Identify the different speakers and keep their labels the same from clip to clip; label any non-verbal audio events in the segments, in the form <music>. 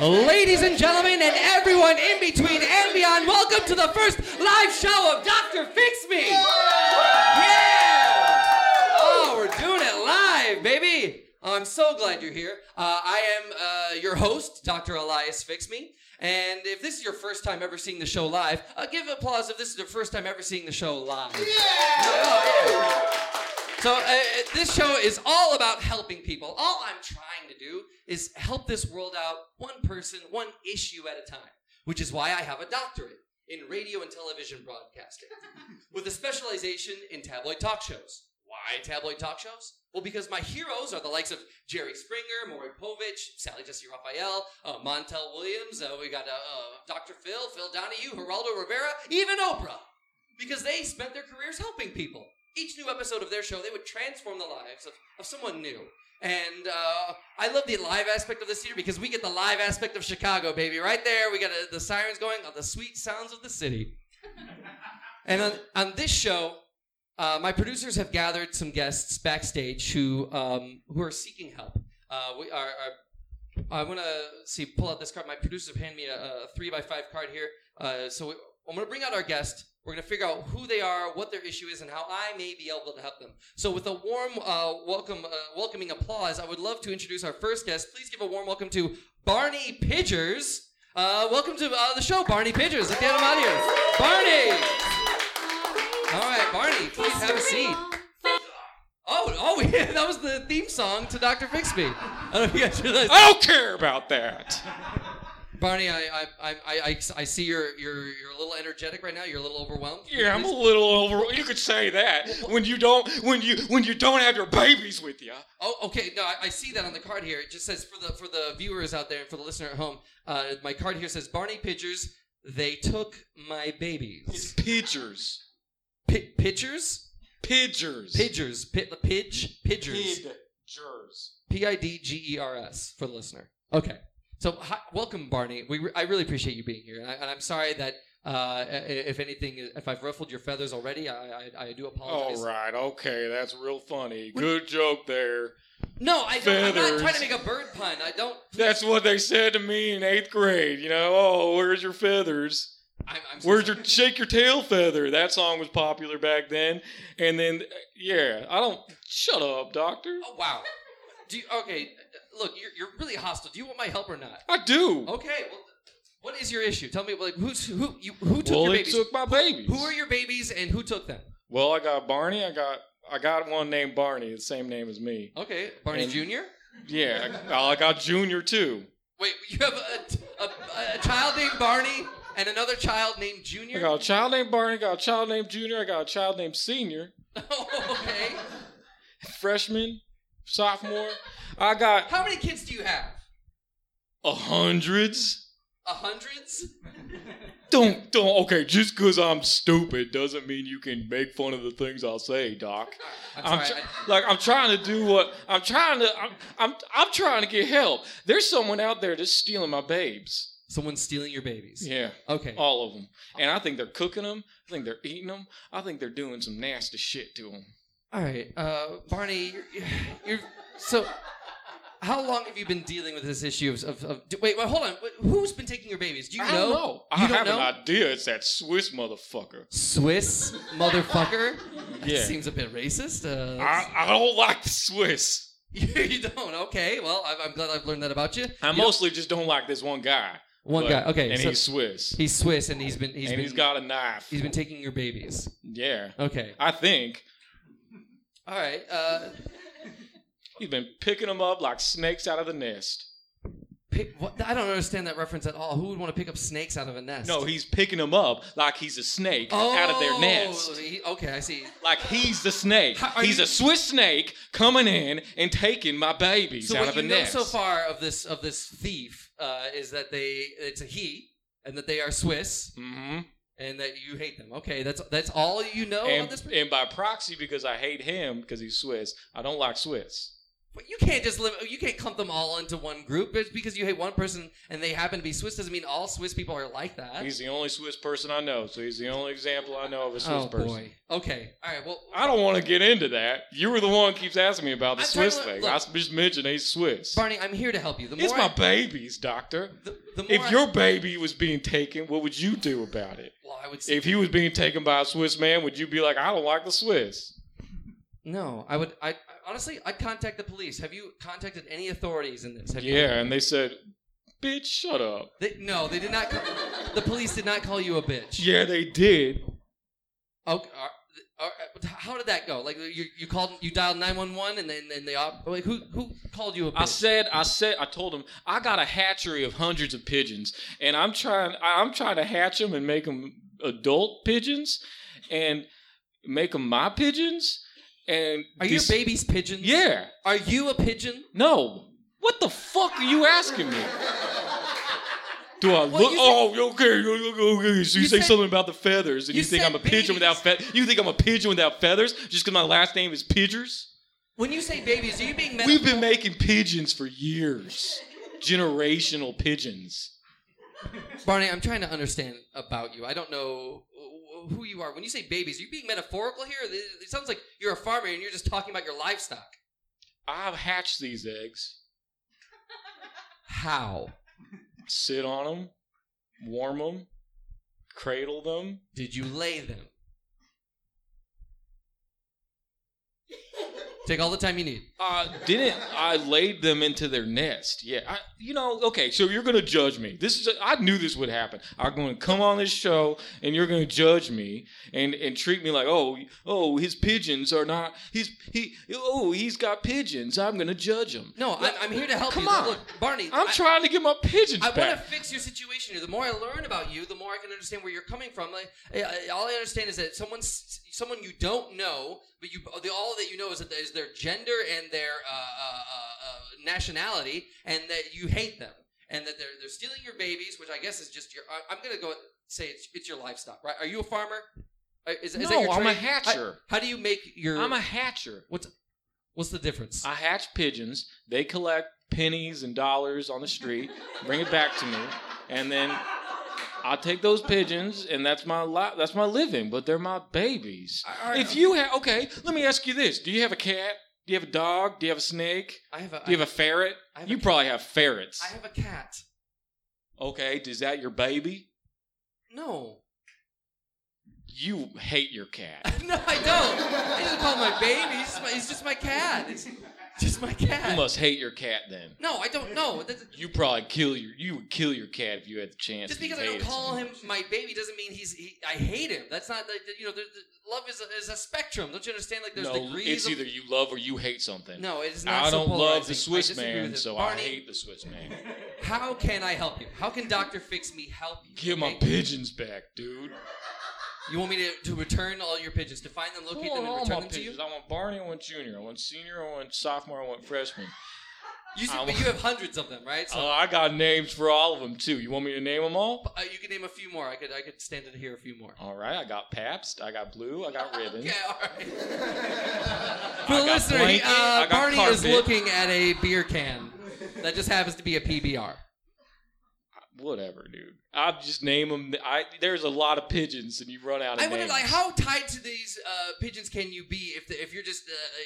Speaker 1: Ladies and gentlemen, and everyone in between and beyond, welcome to the first live show of Dr. Fix Me! Yeah! Oh, we're doing it live, baby! Oh, I'm so glad you're here. Uh, I am uh, your host, Dr. Elias Fix Me. And if this is your first time ever seeing the show live, uh, give applause if this is your first time ever seeing the show live. Oh, So uh, this show is all about helping people. All I'm trying to do is help this world out one person, one issue at a time, which is why I have a doctorate in radio and television broadcasting <laughs> with a specialization in tabloid talk shows. Why tabloid talk shows? Well, because my heroes are the likes of Jerry Springer, Maury Povich, Sally Jesse Raphael, uh, Montel Williams, uh, we got uh, uh, Dr. Phil, Phil Donahue, Geraldo Rivera, even Oprah because they spent their careers helping people. Each new episode of their show, they would transform the lives of, of someone new. And uh, I love the live aspect of this here because we get the live aspect of Chicago, baby. Right there, we got uh, the sirens going, uh, the sweet sounds of the city. and on, on this show, uh, my producers have gathered some guests backstage who um, who are seeking help. Uh, we are, I want to see pull out this card. My producers have handed me a, a three by five card here. Uh, so we, I'm going to bring out our guest. We're going to figure out who they are, what their issue is, and how I may be able to help them. So, with a warm uh, welcome, uh, welcoming applause, I would love to introduce our first guest. Please give a warm welcome to Barney Pidgers. Uh, welcome to uh, the show, Barney Pidgers. Let's get him out of here, Barney. All right, Barney, please have a seat. Oh, oh, <laughs> yeah, that was the theme song to Dr. Fixby. I don't know if you guys realize.
Speaker 2: I don't care about that.
Speaker 1: Barney, I, I, I, I, I see you're, you're, you're a little energetic right now. You're a little overwhelmed.
Speaker 2: Yeah, I'm a little over. You could say that when you don't when you when you don't have your babies with you.
Speaker 1: Oh, okay. No, I, I see that on the card here. It just says for the for the viewers out there and for the listener at home. Uh, my card here says Barney Pidgers. They took my
Speaker 2: It's
Speaker 1: babies.
Speaker 2: pidgers,
Speaker 1: P- pitchers,
Speaker 2: pidgers,
Speaker 1: pidgers, pit, pidge, pidgers.
Speaker 2: pidgers.
Speaker 1: P i d g e r s for the listener. Okay. So hi, welcome, Barney. We re- I really appreciate you being here, and, I, and I'm sorry that uh, i- if anything, if I've ruffled your feathers already, I, I, I do apologize.
Speaker 2: All right, okay, that's real funny. Good joke there.
Speaker 1: No, I don't, I'm not
Speaker 2: Feathers.
Speaker 1: trying to make a bird pun. I don't.
Speaker 2: That's what they said to me in eighth grade. You know, oh, where's your feathers?
Speaker 1: I'm, I'm so
Speaker 2: Where's
Speaker 1: sorry.
Speaker 2: your shake your tail feather? That song was popular back then. And then, yeah, I don't. Shut up, doctor.
Speaker 1: Oh wow. Do you, okay. Look, you're, you're really hostile. Do you want my help or not?
Speaker 2: I do.
Speaker 1: Okay. Well, what is your issue? Tell me, like, who's who? You, who took
Speaker 2: well,
Speaker 1: your
Speaker 2: they
Speaker 1: babies?
Speaker 2: took my babies.
Speaker 1: who are your babies and who took them?
Speaker 2: Well, I got Barney. I got I got one named Barney, the same name as me.
Speaker 1: Okay, Barney
Speaker 2: And-
Speaker 1: Junior.
Speaker 2: Yeah, <laughs> I, I got Junior too.
Speaker 1: Wait, you have a, a, a child named Barney and another child named
Speaker 2: I
Speaker 1: Junior.
Speaker 2: got a child named Barney. I got a child named Junior. I got a child named Senior,
Speaker 1: <laughs> okay.
Speaker 2: freshman, sophomore. I got
Speaker 1: How many kids do you have?
Speaker 2: a hundreds.
Speaker 1: A hundreds?
Speaker 2: Don't don't. Okay, just because I'm stupid doesn't mean you can make fun of the things I'll say, Doc.
Speaker 1: I'm
Speaker 2: I'm
Speaker 1: sorry.
Speaker 2: tr- like I'm trying to do what I'm trying to. I'm, I'm I'm trying to get help. There's someone out there that's stealing my babes.
Speaker 1: Someone's stealing your babies.
Speaker 2: Yeah.
Speaker 1: Okay.
Speaker 2: All of them. And I think they're cooking them. I think they're eating them. I think they're doing some nasty shit to them.
Speaker 1: All right, uh, Barney, you're, you're so. How long have you been dealing with this issue of? of, of wait, wait, hold on. Wh- Who's been taking your babies? Do you
Speaker 2: I don't know. I
Speaker 1: You don't
Speaker 2: have
Speaker 1: know?
Speaker 2: an idea. It's that Swiss motherfucker.
Speaker 1: Swiss motherfucker.
Speaker 2: <laughs> Yeah.
Speaker 1: Seems a bit racist. Uh,
Speaker 2: I,
Speaker 1: that's-
Speaker 2: I don't like the Swiss.
Speaker 1: <laughs> you don't. Okay. Well, I'm, I'm glad I've learned that about you.
Speaker 2: I
Speaker 1: You don't-
Speaker 2: mostly just don't like this one guy.
Speaker 1: one
Speaker 2: But-
Speaker 1: guy. Okay.
Speaker 2: And
Speaker 1: so
Speaker 2: he's Swiss.
Speaker 1: he's Swiss, and he's been he's
Speaker 2: and
Speaker 1: been
Speaker 2: he's got a knife.
Speaker 1: he's been taking your babies.
Speaker 2: yeah.
Speaker 1: Okay.
Speaker 2: I think
Speaker 1: All right. Uh,
Speaker 2: he's been picking them up like snakes out of the nest.
Speaker 1: pick, what, I don't understand that reference at all. Who would want to pick up snakes out of a nest?
Speaker 2: No, he's picking them up like he's a snake out of their
Speaker 1: Oh,
Speaker 2: nest.
Speaker 1: he- okay, I see.
Speaker 2: Like he's the snake.
Speaker 1: How- are
Speaker 2: he's
Speaker 1: you-
Speaker 2: a Swiss snake coming in and taking my babies
Speaker 1: so
Speaker 2: out
Speaker 1: what
Speaker 2: of
Speaker 1: you
Speaker 2: a
Speaker 1: know
Speaker 2: nest.
Speaker 1: so far of this of this thief uh, is that they it's a he and that they are Swiss
Speaker 2: hmm
Speaker 1: and that you hate them. Okay, that's that's all you know on
Speaker 2: and,
Speaker 1: Oh, this.
Speaker 2: and by proxy, because I hate him because he's Swiss. I don't like Swiss.
Speaker 1: But you can't just live. You can't clump them all into one group. It's because you hate one person and they happen to be Swiss doesn't mean all Swiss people are like that.
Speaker 2: He's the only Swiss person I know, so he's the only example I know of a Swiss
Speaker 1: oh
Speaker 2: person.
Speaker 1: boy. Okay. All right. Well,
Speaker 2: I don't want to get into that. You were the one who keeps asking me about the
Speaker 1: I'm
Speaker 2: Swiss
Speaker 1: trying to-
Speaker 2: thing.
Speaker 1: look-
Speaker 2: I just mentioned he's Swiss.
Speaker 1: Barney, I'm here to help you. The more
Speaker 2: it's my
Speaker 1: I-
Speaker 2: babies, doctor.
Speaker 1: the, the more
Speaker 2: If
Speaker 1: I-
Speaker 2: your baby was being taken, what would you do about it?
Speaker 1: well, I would say
Speaker 2: If he was being taken by a Swiss man, would you be like, I don't like the Swiss?
Speaker 1: no. I would. I I- honestly, I'd contact the police. Have you contacted any authorities in this? Have you-
Speaker 2: Yeah, and they said, bitch, shut up.
Speaker 1: They, no, they did not. Call, the police did not call you a bitch.
Speaker 2: Yeah, they did.
Speaker 1: Okay. are- are- How did that go? Like you, you called, you dialed nine one one, and then then they op- like who who called you a bitch?
Speaker 2: I said, I said, I told him I got a hatchery of hundreds of pigeons, and I'm trying, I- I'm trying to hatch them and make them adult pigeons, and make them my pigeons. And
Speaker 1: Are you a
Speaker 2: this-
Speaker 1: baby's pigeon?
Speaker 2: Yeah.
Speaker 1: Are you a pigeon?
Speaker 2: No. What the fuck are you asking me? Do I
Speaker 1: Well,
Speaker 2: look?
Speaker 1: you
Speaker 2: Oh, okay, okay, okay. So you,
Speaker 1: You
Speaker 2: say
Speaker 1: said-
Speaker 2: something about the feathers, and
Speaker 1: you
Speaker 2: you, think
Speaker 1: said
Speaker 2: I'm a pigeon without feathers? You think I'm a pigeon without feathers just because my last name is Pidgers?
Speaker 1: When you say babies, are you being meta-
Speaker 2: We've been making pigeons for years, generational pigeons.
Speaker 1: Barney? I'm trying to understand about you. I don't know wh- who you are. When you say babies, are you being metaphorical here? It it sounds like you're a farmer and you're just talking about your livestock.
Speaker 2: I've hatched these eggs,
Speaker 1: How
Speaker 2: sit on them, warm them, cradle them.
Speaker 1: did you lay them? Take all the time you need.
Speaker 2: Uh, didn't I laid them into their nest? Yeah, I, you know. Okay, so you're gonna judge me. This is I knew this would happen. I'm gonna come on this show and you're gonna judge me and and treat me like oh oh his pigeons are not he's he oh he's got pigeons. I'm gonna judge him.
Speaker 1: No, I'm, I'm here to help
Speaker 2: Come
Speaker 1: you.
Speaker 2: on.
Speaker 1: Look, Barney,
Speaker 2: I'm
Speaker 1: I-
Speaker 2: trying to get my pigeons
Speaker 1: I want
Speaker 2: back.
Speaker 1: to fix your situation here. The more I learn about you, the more I can understand where you're coming from. Like, I, I- all I understand is that someone's someone you don't know, but you the, all that you know is that is their gender and their uh, uh, uh, uh, nationality, and that you hate them, and that they're they're stealing your babies, which I guess is just your. I, I'm gonna go and say it's it's your livestock, right? Are you a farmer? Uh, Is, is that
Speaker 2: no,
Speaker 1: your
Speaker 2: I'm a
Speaker 1: trade?
Speaker 2: hatcher.
Speaker 1: How do you make
Speaker 2: I,
Speaker 1: your?
Speaker 2: am a hatcher.
Speaker 1: what's the difference?
Speaker 2: I hatch pigeons. They collect pennies and dollars on the street, bring it back to me, and then I take those pigeons, and that's my li- that's my living. But they're my babies.
Speaker 1: All right.
Speaker 2: If you have okay, let me ask you this: Do you have a cat? Do you have a dog? Do you have a snake?
Speaker 1: I have a.
Speaker 2: Do you have a ferret?
Speaker 1: I have
Speaker 2: You
Speaker 1: a-
Speaker 2: probably have ferrets.
Speaker 1: I have a cat.
Speaker 2: Okay, is that your baby?
Speaker 1: No.
Speaker 2: You hate your cat.
Speaker 1: <laughs> no, I don't. I just call him my baby. He's just my, he's just my cat. It's just my
Speaker 2: You
Speaker 1: cat.
Speaker 2: must hate your cat then.
Speaker 1: No, I don't know. That's-
Speaker 2: You probably kill your you would kill your cat if you had the chance.
Speaker 1: Just
Speaker 2: You
Speaker 1: because I
Speaker 2: hate
Speaker 1: don't
Speaker 2: it so
Speaker 1: call
Speaker 2: much.
Speaker 1: him my baby doesn't mean he's. He, I hate him. That's not like you know. There, there- love is a, is a spectrum. Don't you understand? Like there's
Speaker 2: no,
Speaker 1: degrees.
Speaker 2: it's
Speaker 1: of-
Speaker 2: either you love or you hate something.
Speaker 1: No, it is not.
Speaker 2: I
Speaker 1: so
Speaker 2: don't love
Speaker 1: polarizing. I
Speaker 2: the Swiss
Speaker 1: disagree
Speaker 2: man,
Speaker 1: with it.
Speaker 2: so
Speaker 1: Barney,
Speaker 2: I hate the Swiss man.
Speaker 1: <laughs> How can I help you? How can Doctor Fix Me help you?
Speaker 2: Give my
Speaker 1: okay?
Speaker 2: pigeons back, dude.
Speaker 1: You want me to, to return all your pigeons, to find them, locate them, and
Speaker 2: all
Speaker 1: return
Speaker 2: my
Speaker 1: them to you?
Speaker 2: pigeons. I want Barney, I want Junior, I want Senior, I want Sophomore, I want Freshman.
Speaker 1: You see,
Speaker 2: I
Speaker 1: but you have hundreds of them, right? So
Speaker 2: Oh, I got names for all of them too. You want me to name them all?
Speaker 1: uh, you can name a few more. I could I could stand to hear a few more.
Speaker 2: All right, I got Pabst, I got Blue, I got Ribbon.
Speaker 1: Okay, all <laughs> right. For
Speaker 2: I
Speaker 1: the
Speaker 2: got
Speaker 1: listener, he-
Speaker 2: blanket, I
Speaker 1: uh,
Speaker 2: got
Speaker 1: Barney is
Speaker 2: carpet.
Speaker 1: looking at a beer can that just happens to be a PBR.
Speaker 2: Whatever, dude. I just name them. I there's a lot of pigeons, and you run out of
Speaker 1: I
Speaker 2: names.
Speaker 1: wonder, like, how tied to these uh, pigeons can you be if the, if you're just uh, uh,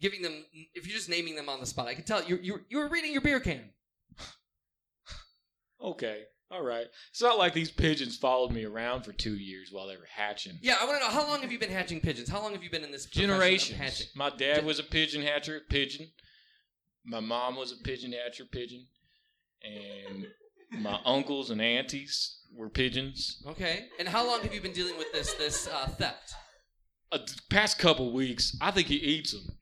Speaker 1: giving them if you're just naming them on the spot? I could tell you you you were reading your beer can.
Speaker 2: Okay. All right. It's not like these pigeons followed me around for two years while they were hatching.
Speaker 1: Yeah, I want to know how long have you been hatching pigeons? How long have you been in this profession of hatching?
Speaker 2: Generations. My dad
Speaker 1: Ge-
Speaker 2: was a pigeon hatcher, pigeon. My mom was a pigeon hatcher, pigeon. And my uncles and aunties were pigeons.
Speaker 1: Okay, and how long have you been dealing with this this uh, theft?
Speaker 2: Uh, the past couple weeks, I think he eats them.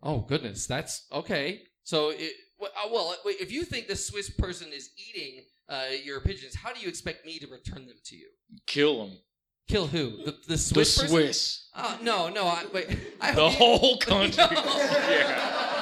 Speaker 1: Oh goodness, that's okay. So, it, well, uh, well, wait, if you think this Swiss person is eating uh, your pigeons, how do you expect me to return them to you?
Speaker 2: Kill them.
Speaker 1: Kill who? The, the
Speaker 2: The
Speaker 1: Swiss person?
Speaker 2: Swiss.
Speaker 1: Uh, no, no. I, wait, I
Speaker 2: The
Speaker 1: hope you-
Speaker 2: whole <laughs> country.
Speaker 1: <laughs>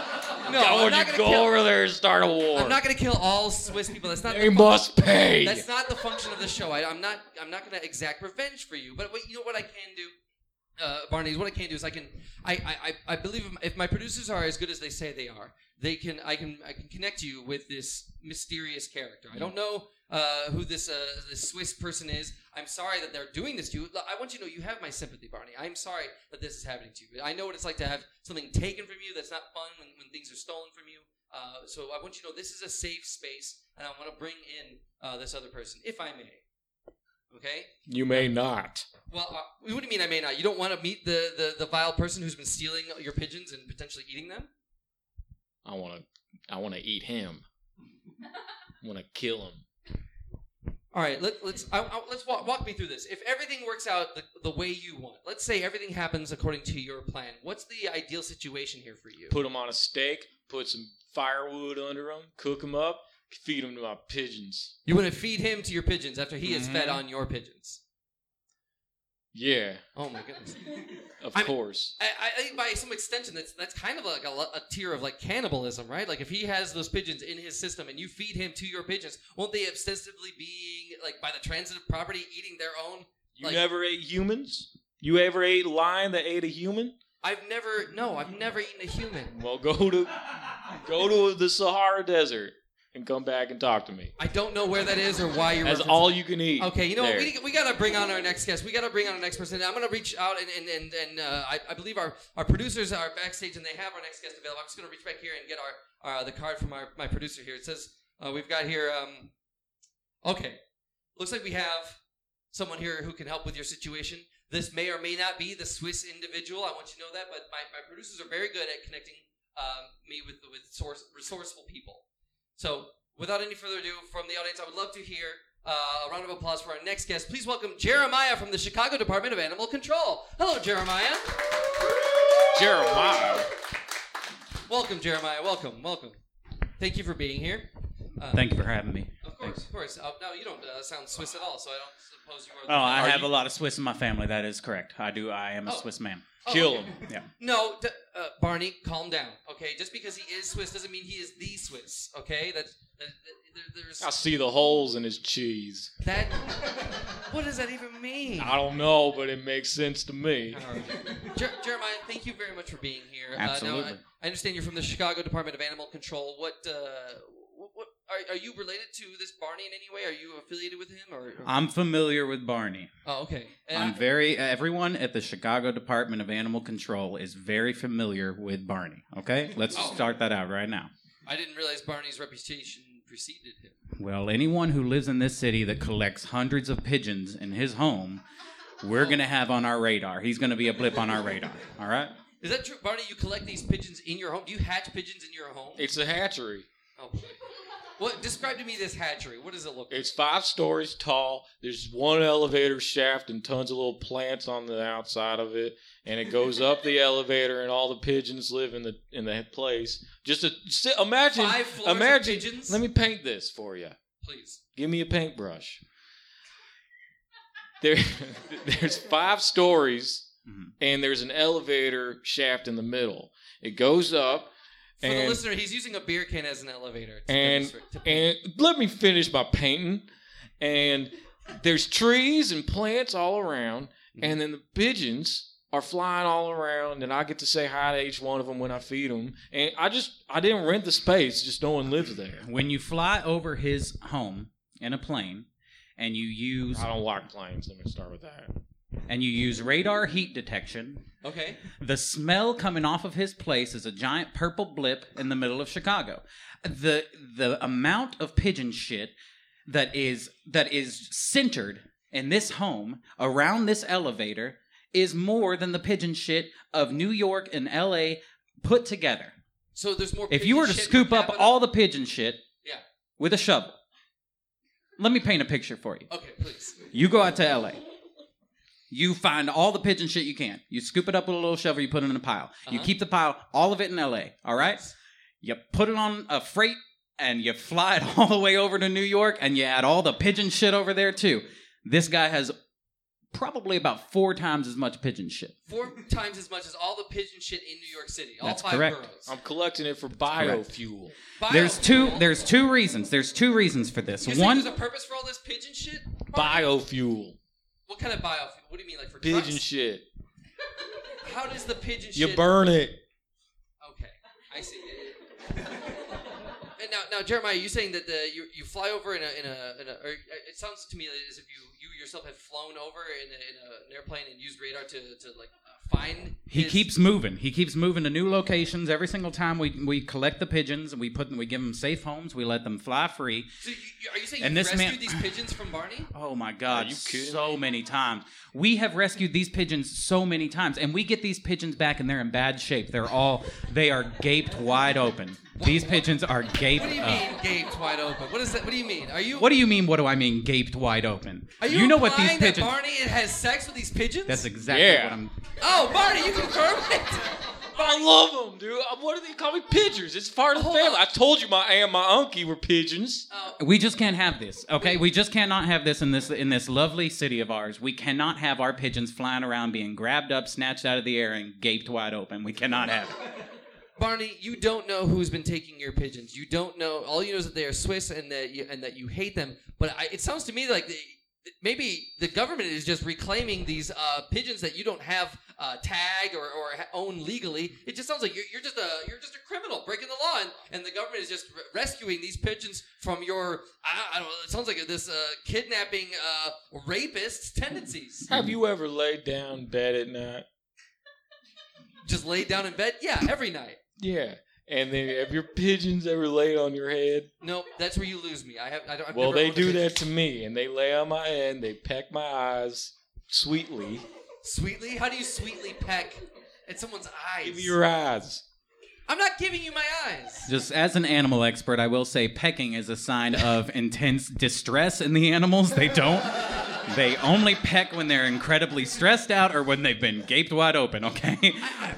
Speaker 1: No. No,
Speaker 2: Yeah. God,
Speaker 1: I'm
Speaker 2: when
Speaker 1: not
Speaker 2: you
Speaker 1: gonna
Speaker 2: go
Speaker 1: kill-
Speaker 2: over there and start a war,
Speaker 1: I'm not going to kill all Swiss people. That's not.
Speaker 2: they
Speaker 1: The fun-
Speaker 2: must pay.
Speaker 1: that's not the function of the show. I, I'm not. I'm not going to exact revenge for you. But wait, you know what I can do? uh, Barney's, what I can do is I can I I, I, I believe if my- if my producers are as good as they say they are, they can I can I can connect you with this mysterious character. I don't know uh, who this uh, this Swiss person is. I'm sorry that they're doing this to you. Look, I want you to know you have my sympathy, Barney. I'm sorry that this is happening to you. But I know what it's like to have something taken from you. That's not fun when, when things are stolen from you. Uh, so I want you to know this is a safe space, and I want to bring in uh, this other person, if I may. Okay.
Speaker 2: You may not.
Speaker 1: Well, uh, what do you mean I may not? You don't want to meet the, the, the vile person who's been stealing your pigeons and potentially eating them?
Speaker 2: I want to. I want to eat him. I want to kill him.
Speaker 1: All right, let, let's I, I, let's walk, walk me through this. If everything works out the, the way you want, let's say everything happens according to your plan. What's the ideal situation here for you?
Speaker 2: Put him on a stake. Put some firewood under him. Cook him up. Feed him to my pigeons.
Speaker 1: You want to feed him to your pigeons after he is fed
Speaker 2: Mhm.
Speaker 1: on your pigeons.
Speaker 2: Yeah,
Speaker 1: Oh my goodness!
Speaker 2: of
Speaker 1: I mean-
Speaker 2: course.
Speaker 1: I, I I think by some extension, that's that's kind of like a, lo- a tier of like cannibalism, right? Like if he has those pigeons in his system and you feed him to your pigeons, won't they obsessively being like by the transitive property eating their own
Speaker 2: You
Speaker 1: like-
Speaker 2: never ate humans. You ever ate a lion that ate a human?
Speaker 1: I've never no, I've never eaten a human.
Speaker 2: Well, go to go to the Sahara Desert and come back and talk to me.
Speaker 1: I don't know where that is or why you're.
Speaker 2: That's
Speaker 1: referencing-
Speaker 2: all you can eat.
Speaker 1: Okay, you know what?
Speaker 2: there.
Speaker 1: We, we gotta bring on our next guest. We gotta bring on our next person. I'm gonna reach out and and and, and uh, I, I believe our, our producers are backstage and they have our next guest available. I'm just gonna reach back here and get our uh, the card from our my producer here. It says uh, we've got here. Um, okay, looks like we have someone here who can help with your situation. This may or may not be the Swiss individual. I want you to know that, but my, my producers are very good at connecting um, me with with source, resourceful people. So, without any further ado, from the audience, I would love to hear uh, a round of applause for our next guest. Please welcome Jeremiah from the Chicago Department of Animal Control. Hello, Jeremiah.
Speaker 2: Jeremiah.
Speaker 1: Welcome, Jeremiah. Welcome, welcome. Thank you for being here. Uh,
Speaker 3: Thank you for having me.
Speaker 1: Of course, of course. Uh, no, you don't uh, sound Swiss at all, so I don't suppose you are.
Speaker 3: Oh, I
Speaker 2: Are
Speaker 3: have
Speaker 2: you-
Speaker 3: a lot of Swiss in my family. That is correct. I do. I am a
Speaker 1: Oh.
Speaker 3: Swiss man.
Speaker 1: Oh,
Speaker 2: Kill
Speaker 1: okay.
Speaker 2: him.
Speaker 1: No, d- uh, Barney, calm down. Okay, just because he is Swiss doesn't mean he is the Swiss. Okay, that's that, that- there, there's
Speaker 2: I see the holes in his cheese.
Speaker 1: that. What does that even mean?
Speaker 2: I don't know, but it makes sense to me.
Speaker 1: All
Speaker 2: <laughs>
Speaker 1: right. Um, Jer- Jeremiah, thank you very much for being here. Uh, now, I-
Speaker 3: Absolutely.
Speaker 1: I understand you're from the Chicago Department of Animal Control. What, uh, what, what are, are you related to this Barney in any way? Are you affiliated with him? Or, or-
Speaker 3: I'm familiar with Barney.
Speaker 1: oh, okay. And
Speaker 3: I'm
Speaker 1: I-
Speaker 3: very. Everyone at the Chicago Department of Animal Control is very familiar with Barney. Okay, let's
Speaker 1: Oh.
Speaker 3: start that out right now.
Speaker 1: I didn't realize Barney's reputation preceded him.
Speaker 3: Well, anyone who lives in this city that collects hundreds of pigeons in his home, we're gonna have on our radar. He's gonna be a blip on our radar. All right.
Speaker 1: Is that true, Barney? You collect these pigeons in your home? Do you hatch pigeons in your home?
Speaker 2: It's a hatchery.
Speaker 1: oh boy. What? Describe to me this hatchery. What does it look like?
Speaker 2: It's five stories tall. There's one elevator shaft and tons of little plants on the outside of it, and it goes up the elevator, and all the pigeons live in the in that place. Just a, si- imagine.
Speaker 1: Five floors of
Speaker 2: imagine.
Speaker 1: pigeons?
Speaker 2: Let me paint this for you.
Speaker 1: Please.
Speaker 2: Give me a paintbrush. There, <laughs> there's five stories,
Speaker 3: Mhm.
Speaker 2: and there's an elevator shaft in the middle. It goes up,
Speaker 1: For the
Speaker 2: And-
Speaker 1: listener, he's using a beer can as an elevator. To
Speaker 2: And-
Speaker 1: demonstrate- to-
Speaker 2: and let me finish my painting. And there's trees and plants all around,
Speaker 1: Mm-hmm.
Speaker 2: and then the pigeons are flying all around, and I get to say hi to each one of them when I feed them. And I just I didn't rent the space; just no one lives there.
Speaker 3: When you fly over his home in a plane, and you use
Speaker 2: I don't like planes. Let me start with that.
Speaker 3: and you use radar heat detection.
Speaker 1: okay.
Speaker 3: The smell coming off of his place is a giant purple blip in the middle of Chicago. The the amount of pigeon shit that is that is centered in this home around this elevator is more than the pigeon shit of New York and LA put together.
Speaker 1: So there's more.
Speaker 3: If you were to
Speaker 1: pigeon shit
Speaker 3: scoop
Speaker 1: per
Speaker 3: up
Speaker 1: capita-
Speaker 3: all the pigeon shit
Speaker 1: Yeah.
Speaker 3: with a shovel. Let me paint a picture for you.
Speaker 1: Okay, please.
Speaker 3: You go out to LA. You find all the pigeon shit you can. You scoop it up with a little shovel, you put it in a pile. You
Speaker 1: Uh-huh.
Speaker 3: keep the pile, all of it in LA, all right? You put it on a freight and you fly it <laughs> all the way over to New York and you add all the pigeon shit over there too. This guy has probably about four times as much pigeon shit.
Speaker 1: Four times as much as all the pigeon shit in New York City. All
Speaker 3: That's
Speaker 1: five
Speaker 3: correct.
Speaker 1: boroughs.
Speaker 2: I'm collecting it for
Speaker 3: correct.
Speaker 2: biofuel.
Speaker 1: Bio-
Speaker 3: There's two there's two reasons. There's two reasons for this.
Speaker 1: You think
Speaker 3: One
Speaker 1: there's a purpose for all this pigeon shit?
Speaker 2: Biofuel.
Speaker 1: What kind of biofuel? What do you mean, like for
Speaker 2: Pigeon
Speaker 1: trucks?
Speaker 2: shit.
Speaker 1: how does the pigeon
Speaker 2: You
Speaker 1: shit?
Speaker 2: burn it.
Speaker 1: Okay, I see. and now, now, Jeremiah, you saying that the you, you fly over in a in a, in a or uh, it sounds to me as if you you yourself have flown over in, a, in a, an airplane and used radar to to like uh, find.
Speaker 3: He
Speaker 1: his-
Speaker 3: keeps moving. He keeps moving to new locations every single time we, we collect the pigeons and we put we give them safe homes. We let them fly free.
Speaker 1: So you, you- are you saying
Speaker 3: and
Speaker 1: you
Speaker 3: this
Speaker 1: rescued
Speaker 3: man-
Speaker 1: these pigeons from Barney?
Speaker 3: Oh my God!
Speaker 2: Are you kidding
Speaker 3: so many times we have rescued these pigeons so many times, and we get these pigeons back, and they're in bad shape. They're all they are gaped wide open. These pigeons are gaped.
Speaker 1: What do you
Speaker 3: up.
Speaker 1: mean gaped wide open? What is that? What do you mean? Are you
Speaker 3: Uh. What do you mean? What do I mean? Gaped wide open.
Speaker 1: Are you,
Speaker 3: know what these
Speaker 1: implying that
Speaker 3: pigeons?
Speaker 1: Barney has sex with these pigeons?
Speaker 3: That's exactly
Speaker 2: Yeah.
Speaker 3: what I'm.
Speaker 1: oh, Barney, you confirm it.
Speaker 2: I love them, dude. Uh, What do they call me? Pigeons. It's part of the
Speaker 1: Hold
Speaker 2: family.
Speaker 1: on.
Speaker 2: I told you my aunt and my uncle were pigeons.
Speaker 1: Oh,
Speaker 3: We just can't have this, okay? We just cannot have this in this in this lovely city of ours. We cannot have our pigeons flying around being grabbed up, snatched out of the air, and gaped wide open. We cannot have it.
Speaker 1: Barney, you don't know who's been taking your pigeons. You don't know. All you know is that they are Swiss and that you, and that you hate them. But I, it sounds to me like they, maybe the government is just reclaiming these uh, pigeons that you don't have uh, tagged or, or ha- own legally. It just sounds like you're, you're just a you're just a criminal breaking the law, and, and the government is just re- rescuing these pigeons from your I, I don't know. It sounds like this uh, kidnapping uh, rapist tendencies.
Speaker 2: Have you ever laid down in bed at night?
Speaker 1: Just laid down in bed, yeah, every night.
Speaker 2: Yeah. And then have your pigeons ever laid on your head?
Speaker 1: No, that's where you lose me. I have. I don't. I've
Speaker 2: Well,
Speaker 1: never
Speaker 2: they
Speaker 1: owned a
Speaker 2: do
Speaker 1: pigeon.
Speaker 2: that to me, and they lay on my head, and they peck my eyes sweetly.
Speaker 1: Sweetly? How do you sweetly peck at someone's eyes?
Speaker 2: Give me your eyes.
Speaker 1: I'm not giving you my eyes.
Speaker 3: Just as an animal expert, I will say pecking is a sign of intense distress in the animals. They don't. They only peck when they're incredibly stressed out or when they've been gaped wide open, okay?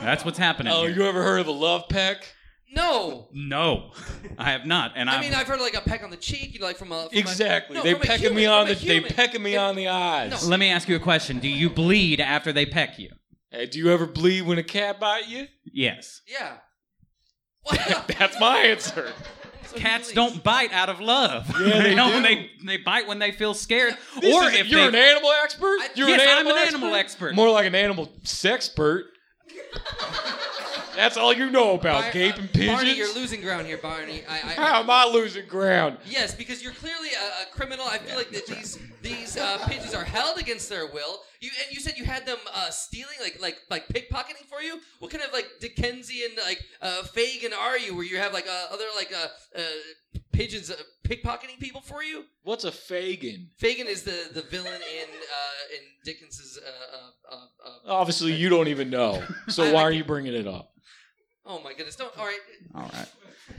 Speaker 3: That's what's happening.
Speaker 2: Oh,
Speaker 3: here.
Speaker 2: you ever heard of a love peck?
Speaker 1: No.
Speaker 3: No, I have not. And
Speaker 1: I
Speaker 3: I'm-
Speaker 1: mean, I've heard like a peck on the cheek, you know, like from a. From a-
Speaker 2: Exactly.
Speaker 1: no,
Speaker 2: they
Speaker 1: from a
Speaker 2: pecking
Speaker 1: human,
Speaker 2: me on the.
Speaker 1: from a
Speaker 2: They
Speaker 1: human.
Speaker 2: pecking me
Speaker 1: If-
Speaker 2: on the eyes.
Speaker 1: No.
Speaker 3: Let me ask you a question. Do you bleed after they peck you?
Speaker 2: Hey, do you ever bleed when a cat bite you?
Speaker 3: Yes.
Speaker 1: Yeah.
Speaker 2: <laughs>
Speaker 1: What?
Speaker 2: That's my answer.
Speaker 1: So he
Speaker 3: Cats
Speaker 1: leaves. <laughs>
Speaker 3: don't bite out of love.
Speaker 2: Yeah,
Speaker 3: <laughs>
Speaker 2: they
Speaker 3: know
Speaker 2: do.
Speaker 3: when they they bite when they feel scared,
Speaker 2: This
Speaker 3: or
Speaker 2: is-
Speaker 3: if
Speaker 2: you're an
Speaker 3: they,
Speaker 2: animal expert,
Speaker 1: I-
Speaker 2: you're
Speaker 3: Yes,
Speaker 2: an
Speaker 3: I'm
Speaker 2: animal
Speaker 3: an
Speaker 2: expert?
Speaker 3: animal expert.
Speaker 2: More like an animal sexpert. That's all you know about
Speaker 1: Bar-
Speaker 2: gaping
Speaker 1: uh, Barney, you're
Speaker 2: pigeons.
Speaker 1: losing ground here, Barney. I, I,
Speaker 2: How am I losing ground?
Speaker 1: Yes, because you're clearly a, a criminal. I feel like that these these uh, pigeons are held against their will. You and you said you had them uh, stealing, like like like pickpocketing for you. What kind of like Dickensian like uh, Fagin are you, where you have like uh, other like uh, uh, pigeons uh, pickpocketing people for you?
Speaker 2: What's a Fagin?
Speaker 1: Fagin is the, the villain in uh, in Dickens's. Uh, uh, uh, uh,
Speaker 2: Obviously, you don't even
Speaker 3: <laughs>
Speaker 2: know. So
Speaker 1: I-
Speaker 2: why
Speaker 1: I
Speaker 2: are you bringing it up?
Speaker 1: oh my goodness! Don't all right.
Speaker 3: All right.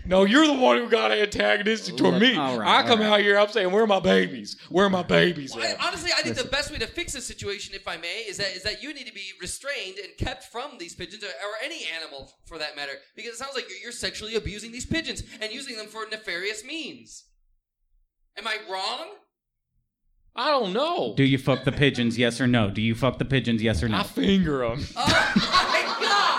Speaker 2: No, you're the one who got antagonistic toward
Speaker 3: Look,
Speaker 2: me.
Speaker 3: all right,
Speaker 2: I come
Speaker 3: all right.
Speaker 2: out here, I'm saying, where are my babies? Where are my babies
Speaker 1: Well, I-
Speaker 2: at?
Speaker 1: honestly, I think the best way to fix this situation, if I may, is that is that you need to be restrained and kept from these pigeons or, or any animal for that matter, because it sounds like you're, you're sexually abusing these pigeons and using them for nefarious means. Am I wrong?
Speaker 2: I don't know.
Speaker 3: Do you fuck the pigeons? Yes or no? Do you fuck the pigeons? Yes or
Speaker 2: I
Speaker 3: no?
Speaker 2: finger them.
Speaker 1: Oh my god!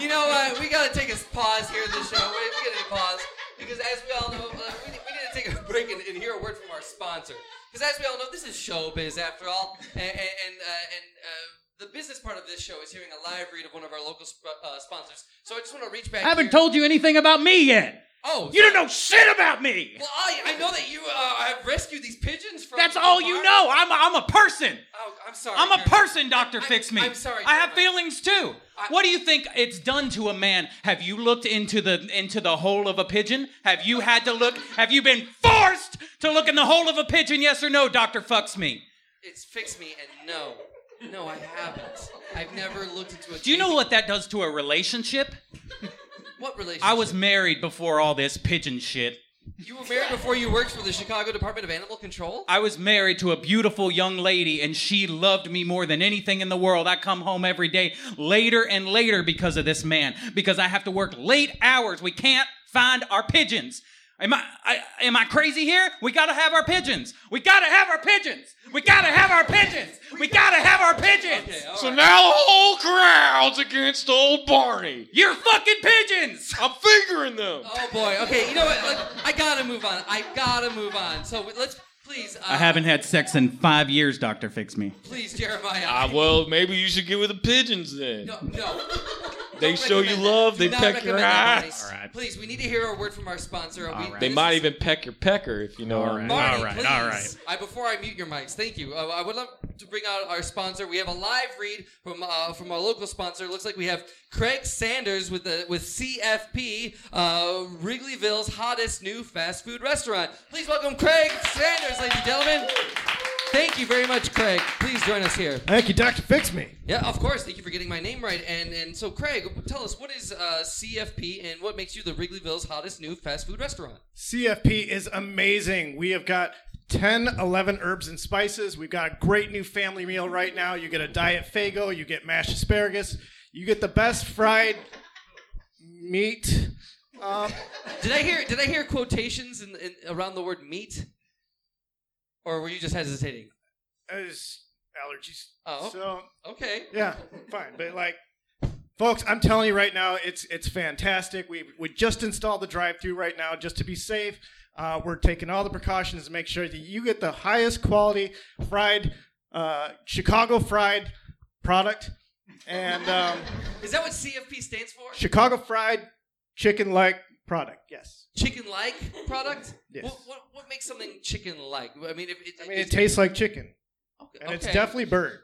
Speaker 1: You know what? We gotta take a s- pause here in the show. We, we gotta take a pause because, as we all know, uh, we, need- we need to take a <laughs> break and, and hear a word from our sponsor. Because, as we all know, this is showbiz after all, and and and, uh, and uh, the business part of this show is hearing a live read of one of our local sp- uh, sponsors. So I just want to reach back.
Speaker 3: I haven't
Speaker 1: here-
Speaker 3: told you anything about me yet.
Speaker 1: Oh,
Speaker 3: You don't know shit about me.
Speaker 1: Well, I, I know that you uh, have rescued these pigeons from.
Speaker 3: That's all you
Speaker 1: Barney.
Speaker 3: know. I'm a, I'm a person.
Speaker 1: Oh, I'm sorry.
Speaker 3: I'm a
Speaker 1: Jeremy.
Speaker 3: person, Doctor
Speaker 1: I-
Speaker 3: Fix Me.
Speaker 1: I'm sorry,
Speaker 3: I have
Speaker 1: Jeremiah.
Speaker 3: feelings too.
Speaker 1: I-
Speaker 3: What do you think it's done to a man? Have you looked into the into the hole of a pigeon? Have you had to look? Have you been forced to look in the hole of a pigeon? Yes or no, Doctor Fucks Me.
Speaker 1: It's fix me and no, no, I haven't. I've never looked into a.
Speaker 3: Do you know what that does to a relationship?
Speaker 1: What relationship?
Speaker 3: I was married before all this pigeon shit.
Speaker 1: You were married before you worked for the Chicago Department of Animal Control?
Speaker 3: I was married to a beautiful young lady, and she loved me more than anything in the world. I come home every day later and later because of this man, because I have to work late hours. We can't find our pigeons. Am I, I am I crazy here? We gotta have our pigeons. We gotta have our pigeons. We gotta have our pigeons. We gotta have our pigeons.
Speaker 1: Okay, all
Speaker 2: So
Speaker 1: right.
Speaker 2: now the whole crowd's against old Barney.
Speaker 3: You're fucking pigeons.
Speaker 2: I'm fingering them.
Speaker 1: Oh boy. Okay. You know what? Look, I gotta move on. I gotta move on. So let's Please, uh,
Speaker 3: I haven't had sex in five years, Doctor Fix Me.
Speaker 1: Please, Jeremiah.
Speaker 2: Ah, well, maybe you should get with the pigeons then.
Speaker 1: no, no.
Speaker 2: They
Speaker 1: Don't
Speaker 2: show you
Speaker 1: recommend
Speaker 2: love,
Speaker 1: that.
Speaker 2: they
Speaker 1: Do not
Speaker 2: peck your
Speaker 1: recommend that,
Speaker 2: eye.
Speaker 1: guys.
Speaker 3: All right.
Speaker 1: Please, we need to hear a word from our sponsor.
Speaker 3: All
Speaker 1: we,
Speaker 3: right.
Speaker 2: They
Speaker 1: this
Speaker 2: might
Speaker 1: is-
Speaker 2: even peck your pecker if you know what I
Speaker 3: Alright.
Speaker 2: mean.
Speaker 1: Marty,
Speaker 4: All right,
Speaker 1: please.
Speaker 4: all right.
Speaker 1: I, before I mute your mics, thank you. Uh, I would love to bring out our sponsor. We have a live read from uh, from our local sponsor. It looks like we have Craig Sanders with the with CFP, uh, Wrigleyville's hottest new fast food restaurant. Please welcome Craig Sanders, ladies and gentlemen. Thank you very much, Craig. Please join us here.
Speaker 4: Thank you, Doctor Fix Me.
Speaker 1: Yeah, of course. Thank you for getting my name right. And and so, Craig, tell us what is uh, CFP and what makes you the Wrigleyville's hottest new fast food restaurant.
Speaker 4: CFP is amazing. We have got 10, 11 herbs and spices. We've got a great new family meal right now. You get a diet Fago, you get mashed asparagus, you get the best fried meat. Um,
Speaker 1: Did I hear? Did I hear quotations in, in, around the word meat, or were you just hesitating?
Speaker 4: it's allergies.
Speaker 1: Oh.
Speaker 4: So,
Speaker 1: Okay.
Speaker 4: yeah, fine. But, like, folks, I'm telling you right now, it's it's fantastic. We, we just installed the drive through right now just to be safe. Uh, we're taking all the precautions to make sure that you get the highest quality fried, uh, Chicago fried product. And um,
Speaker 1: Is that what CFP stands for?
Speaker 4: Chicago fried chicken like product, yes.
Speaker 1: chicken like product.
Speaker 4: Yes.
Speaker 1: What, what what makes something chicken like? I mean, if it,
Speaker 4: I mean, it
Speaker 1: it's-
Speaker 4: tastes like chicken,
Speaker 1: okay,
Speaker 4: and it's
Speaker 1: okay.
Speaker 4: definitely bird.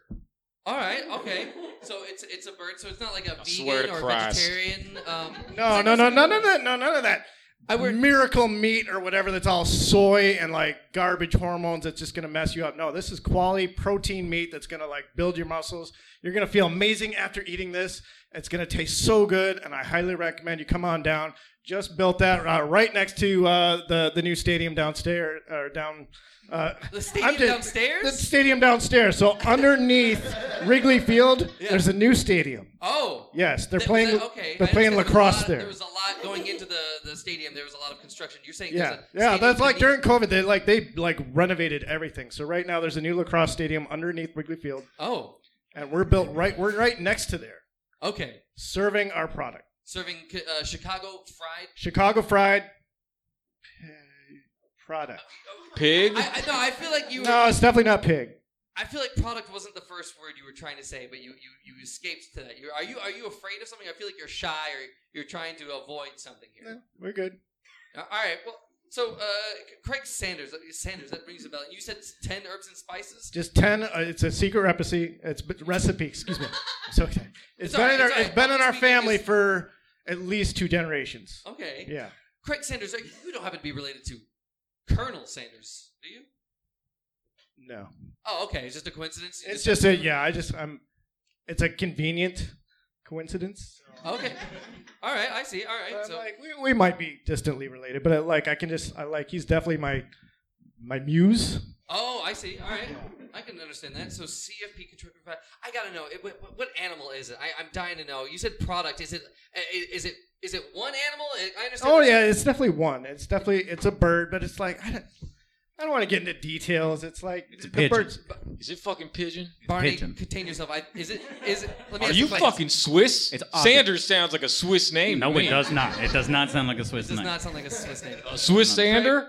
Speaker 1: all right. Okay. So it's it's a bird. So it's not like a
Speaker 2: swear
Speaker 1: vegan
Speaker 2: to
Speaker 1: or
Speaker 2: Christ.
Speaker 1: vegetarian. Um,
Speaker 4: No, no, no, no, no, no, no, none of that.
Speaker 1: I wear-
Speaker 4: miracle meat or whatever that's all soy and like garbage hormones that's just gonna mess you up. No, this is quality protein meat that's gonna like build your muscles. You're gonna feel amazing after eating this. It's gonna taste so good, and I highly recommend you come on down. Just built that uh, right next to uh, the the new stadium downstairs or down. Uh,
Speaker 1: The stadium
Speaker 4: I'm just-
Speaker 1: downstairs?
Speaker 4: The stadium downstairs. So underneath
Speaker 1: <laughs>
Speaker 4: Wrigley Field,
Speaker 1: Yeah.
Speaker 4: there's a new stadium.
Speaker 1: Oh.
Speaker 4: Yes, they're
Speaker 1: Th-
Speaker 4: playing.
Speaker 1: th- okay.
Speaker 4: They're
Speaker 1: I
Speaker 4: playing
Speaker 1: understand was a
Speaker 4: lacrosse
Speaker 1: lot of-
Speaker 4: there.
Speaker 1: There was a lot going into the, the stadium. There was a lot of construction. You're saying
Speaker 4: Yeah,
Speaker 1: there's a
Speaker 4: yeah.
Speaker 1: stadium
Speaker 4: That's like
Speaker 1: beneath-
Speaker 4: during COVID, they like they like renovated everything. So right now there's a new lacrosse stadium underneath Wrigley Field,
Speaker 1: Oh.
Speaker 4: and we're built right we're right next to there,
Speaker 1: Okay.
Speaker 4: serving our product,
Speaker 1: Serving uh, Chicago fried
Speaker 4: Chicago fried eh, product.
Speaker 2: Pig?
Speaker 1: I, I, no, I feel like you. Were,
Speaker 4: Oh No, it's definitely not pig.
Speaker 1: I feel like product wasn't the first word you were trying to say, but you you, you escaped to that. You're, are you are you afraid of something? I feel like you're shy or you're trying to avoid something here.
Speaker 4: No, we're good.
Speaker 1: Uh, All right. Well, so uh, Craig Sanders, uh, Sanders, that rings a bell. You said ten herbs and spices.
Speaker 4: Just ten. Uh, it's a secret recipe. It's b- recipe. Excuse me. I'm so excited.
Speaker 1: <laughs> It's
Speaker 4: It's been
Speaker 1: all right,
Speaker 4: in our,
Speaker 1: it's all right.
Speaker 4: it's been in our
Speaker 1: Speaking is-
Speaker 4: family for at least two generations.
Speaker 1: Okay.
Speaker 4: Yeah.
Speaker 1: Craig Sanders, are you, you don't happen to be related to Colonel Sanders, do you?
Speaker 4: No.
Speaker 1: Oh, okay. It's just a coincidence. You
Speaker 4: It's just a yeah. I just I'm. It's a convenient coincidence.
Speaker 1: okay. All right. I see. All right.
Speaker 4: I'm
Speaker 1: So
Speaker 4: like, we, we might be distantly related, but I, like I can just I like he's definitely my my muse.
Speaker 1: Oh, I see. All right, I can understand that. So CFP control. I gotta know it, what, what animal is it? I, I'm dying to know. You said product. Is it i- i- is it is it one animal? I- I understand.
Speaker 4: Oh yeah, it's definitely one. It's definitely it's a bird, but it's like I don't I don't want to get into details. It's like
Speaker 3: It's a
Speaker 4: the
Speaker 3: pigeon.
Speaker 4: birds.
Speaker 2: Is it fucking pigeon?
Speaker 1: Barney,
Speaker 3: Pigeon.
Speaker 1: contain yourself. I, is it is it? Let me
Speaker 2: Are
Speaker 1: ask
Speaker 2: you
Speaker 1: a question.
Speaker 2: fucking Swiss?
Speaker 3: It's awesome.
Speaker 2: Sanders sounds like a Swiss name.
Speaker 3: No,
Speaker 2: to me.
Speaker 3: it does not. It does not sound like a Swiss
Speaker 1: This does
Speaker 3: knife.
Speaker 1: not sound like a Swiss name.
Speaker 2: A Swiss Sander?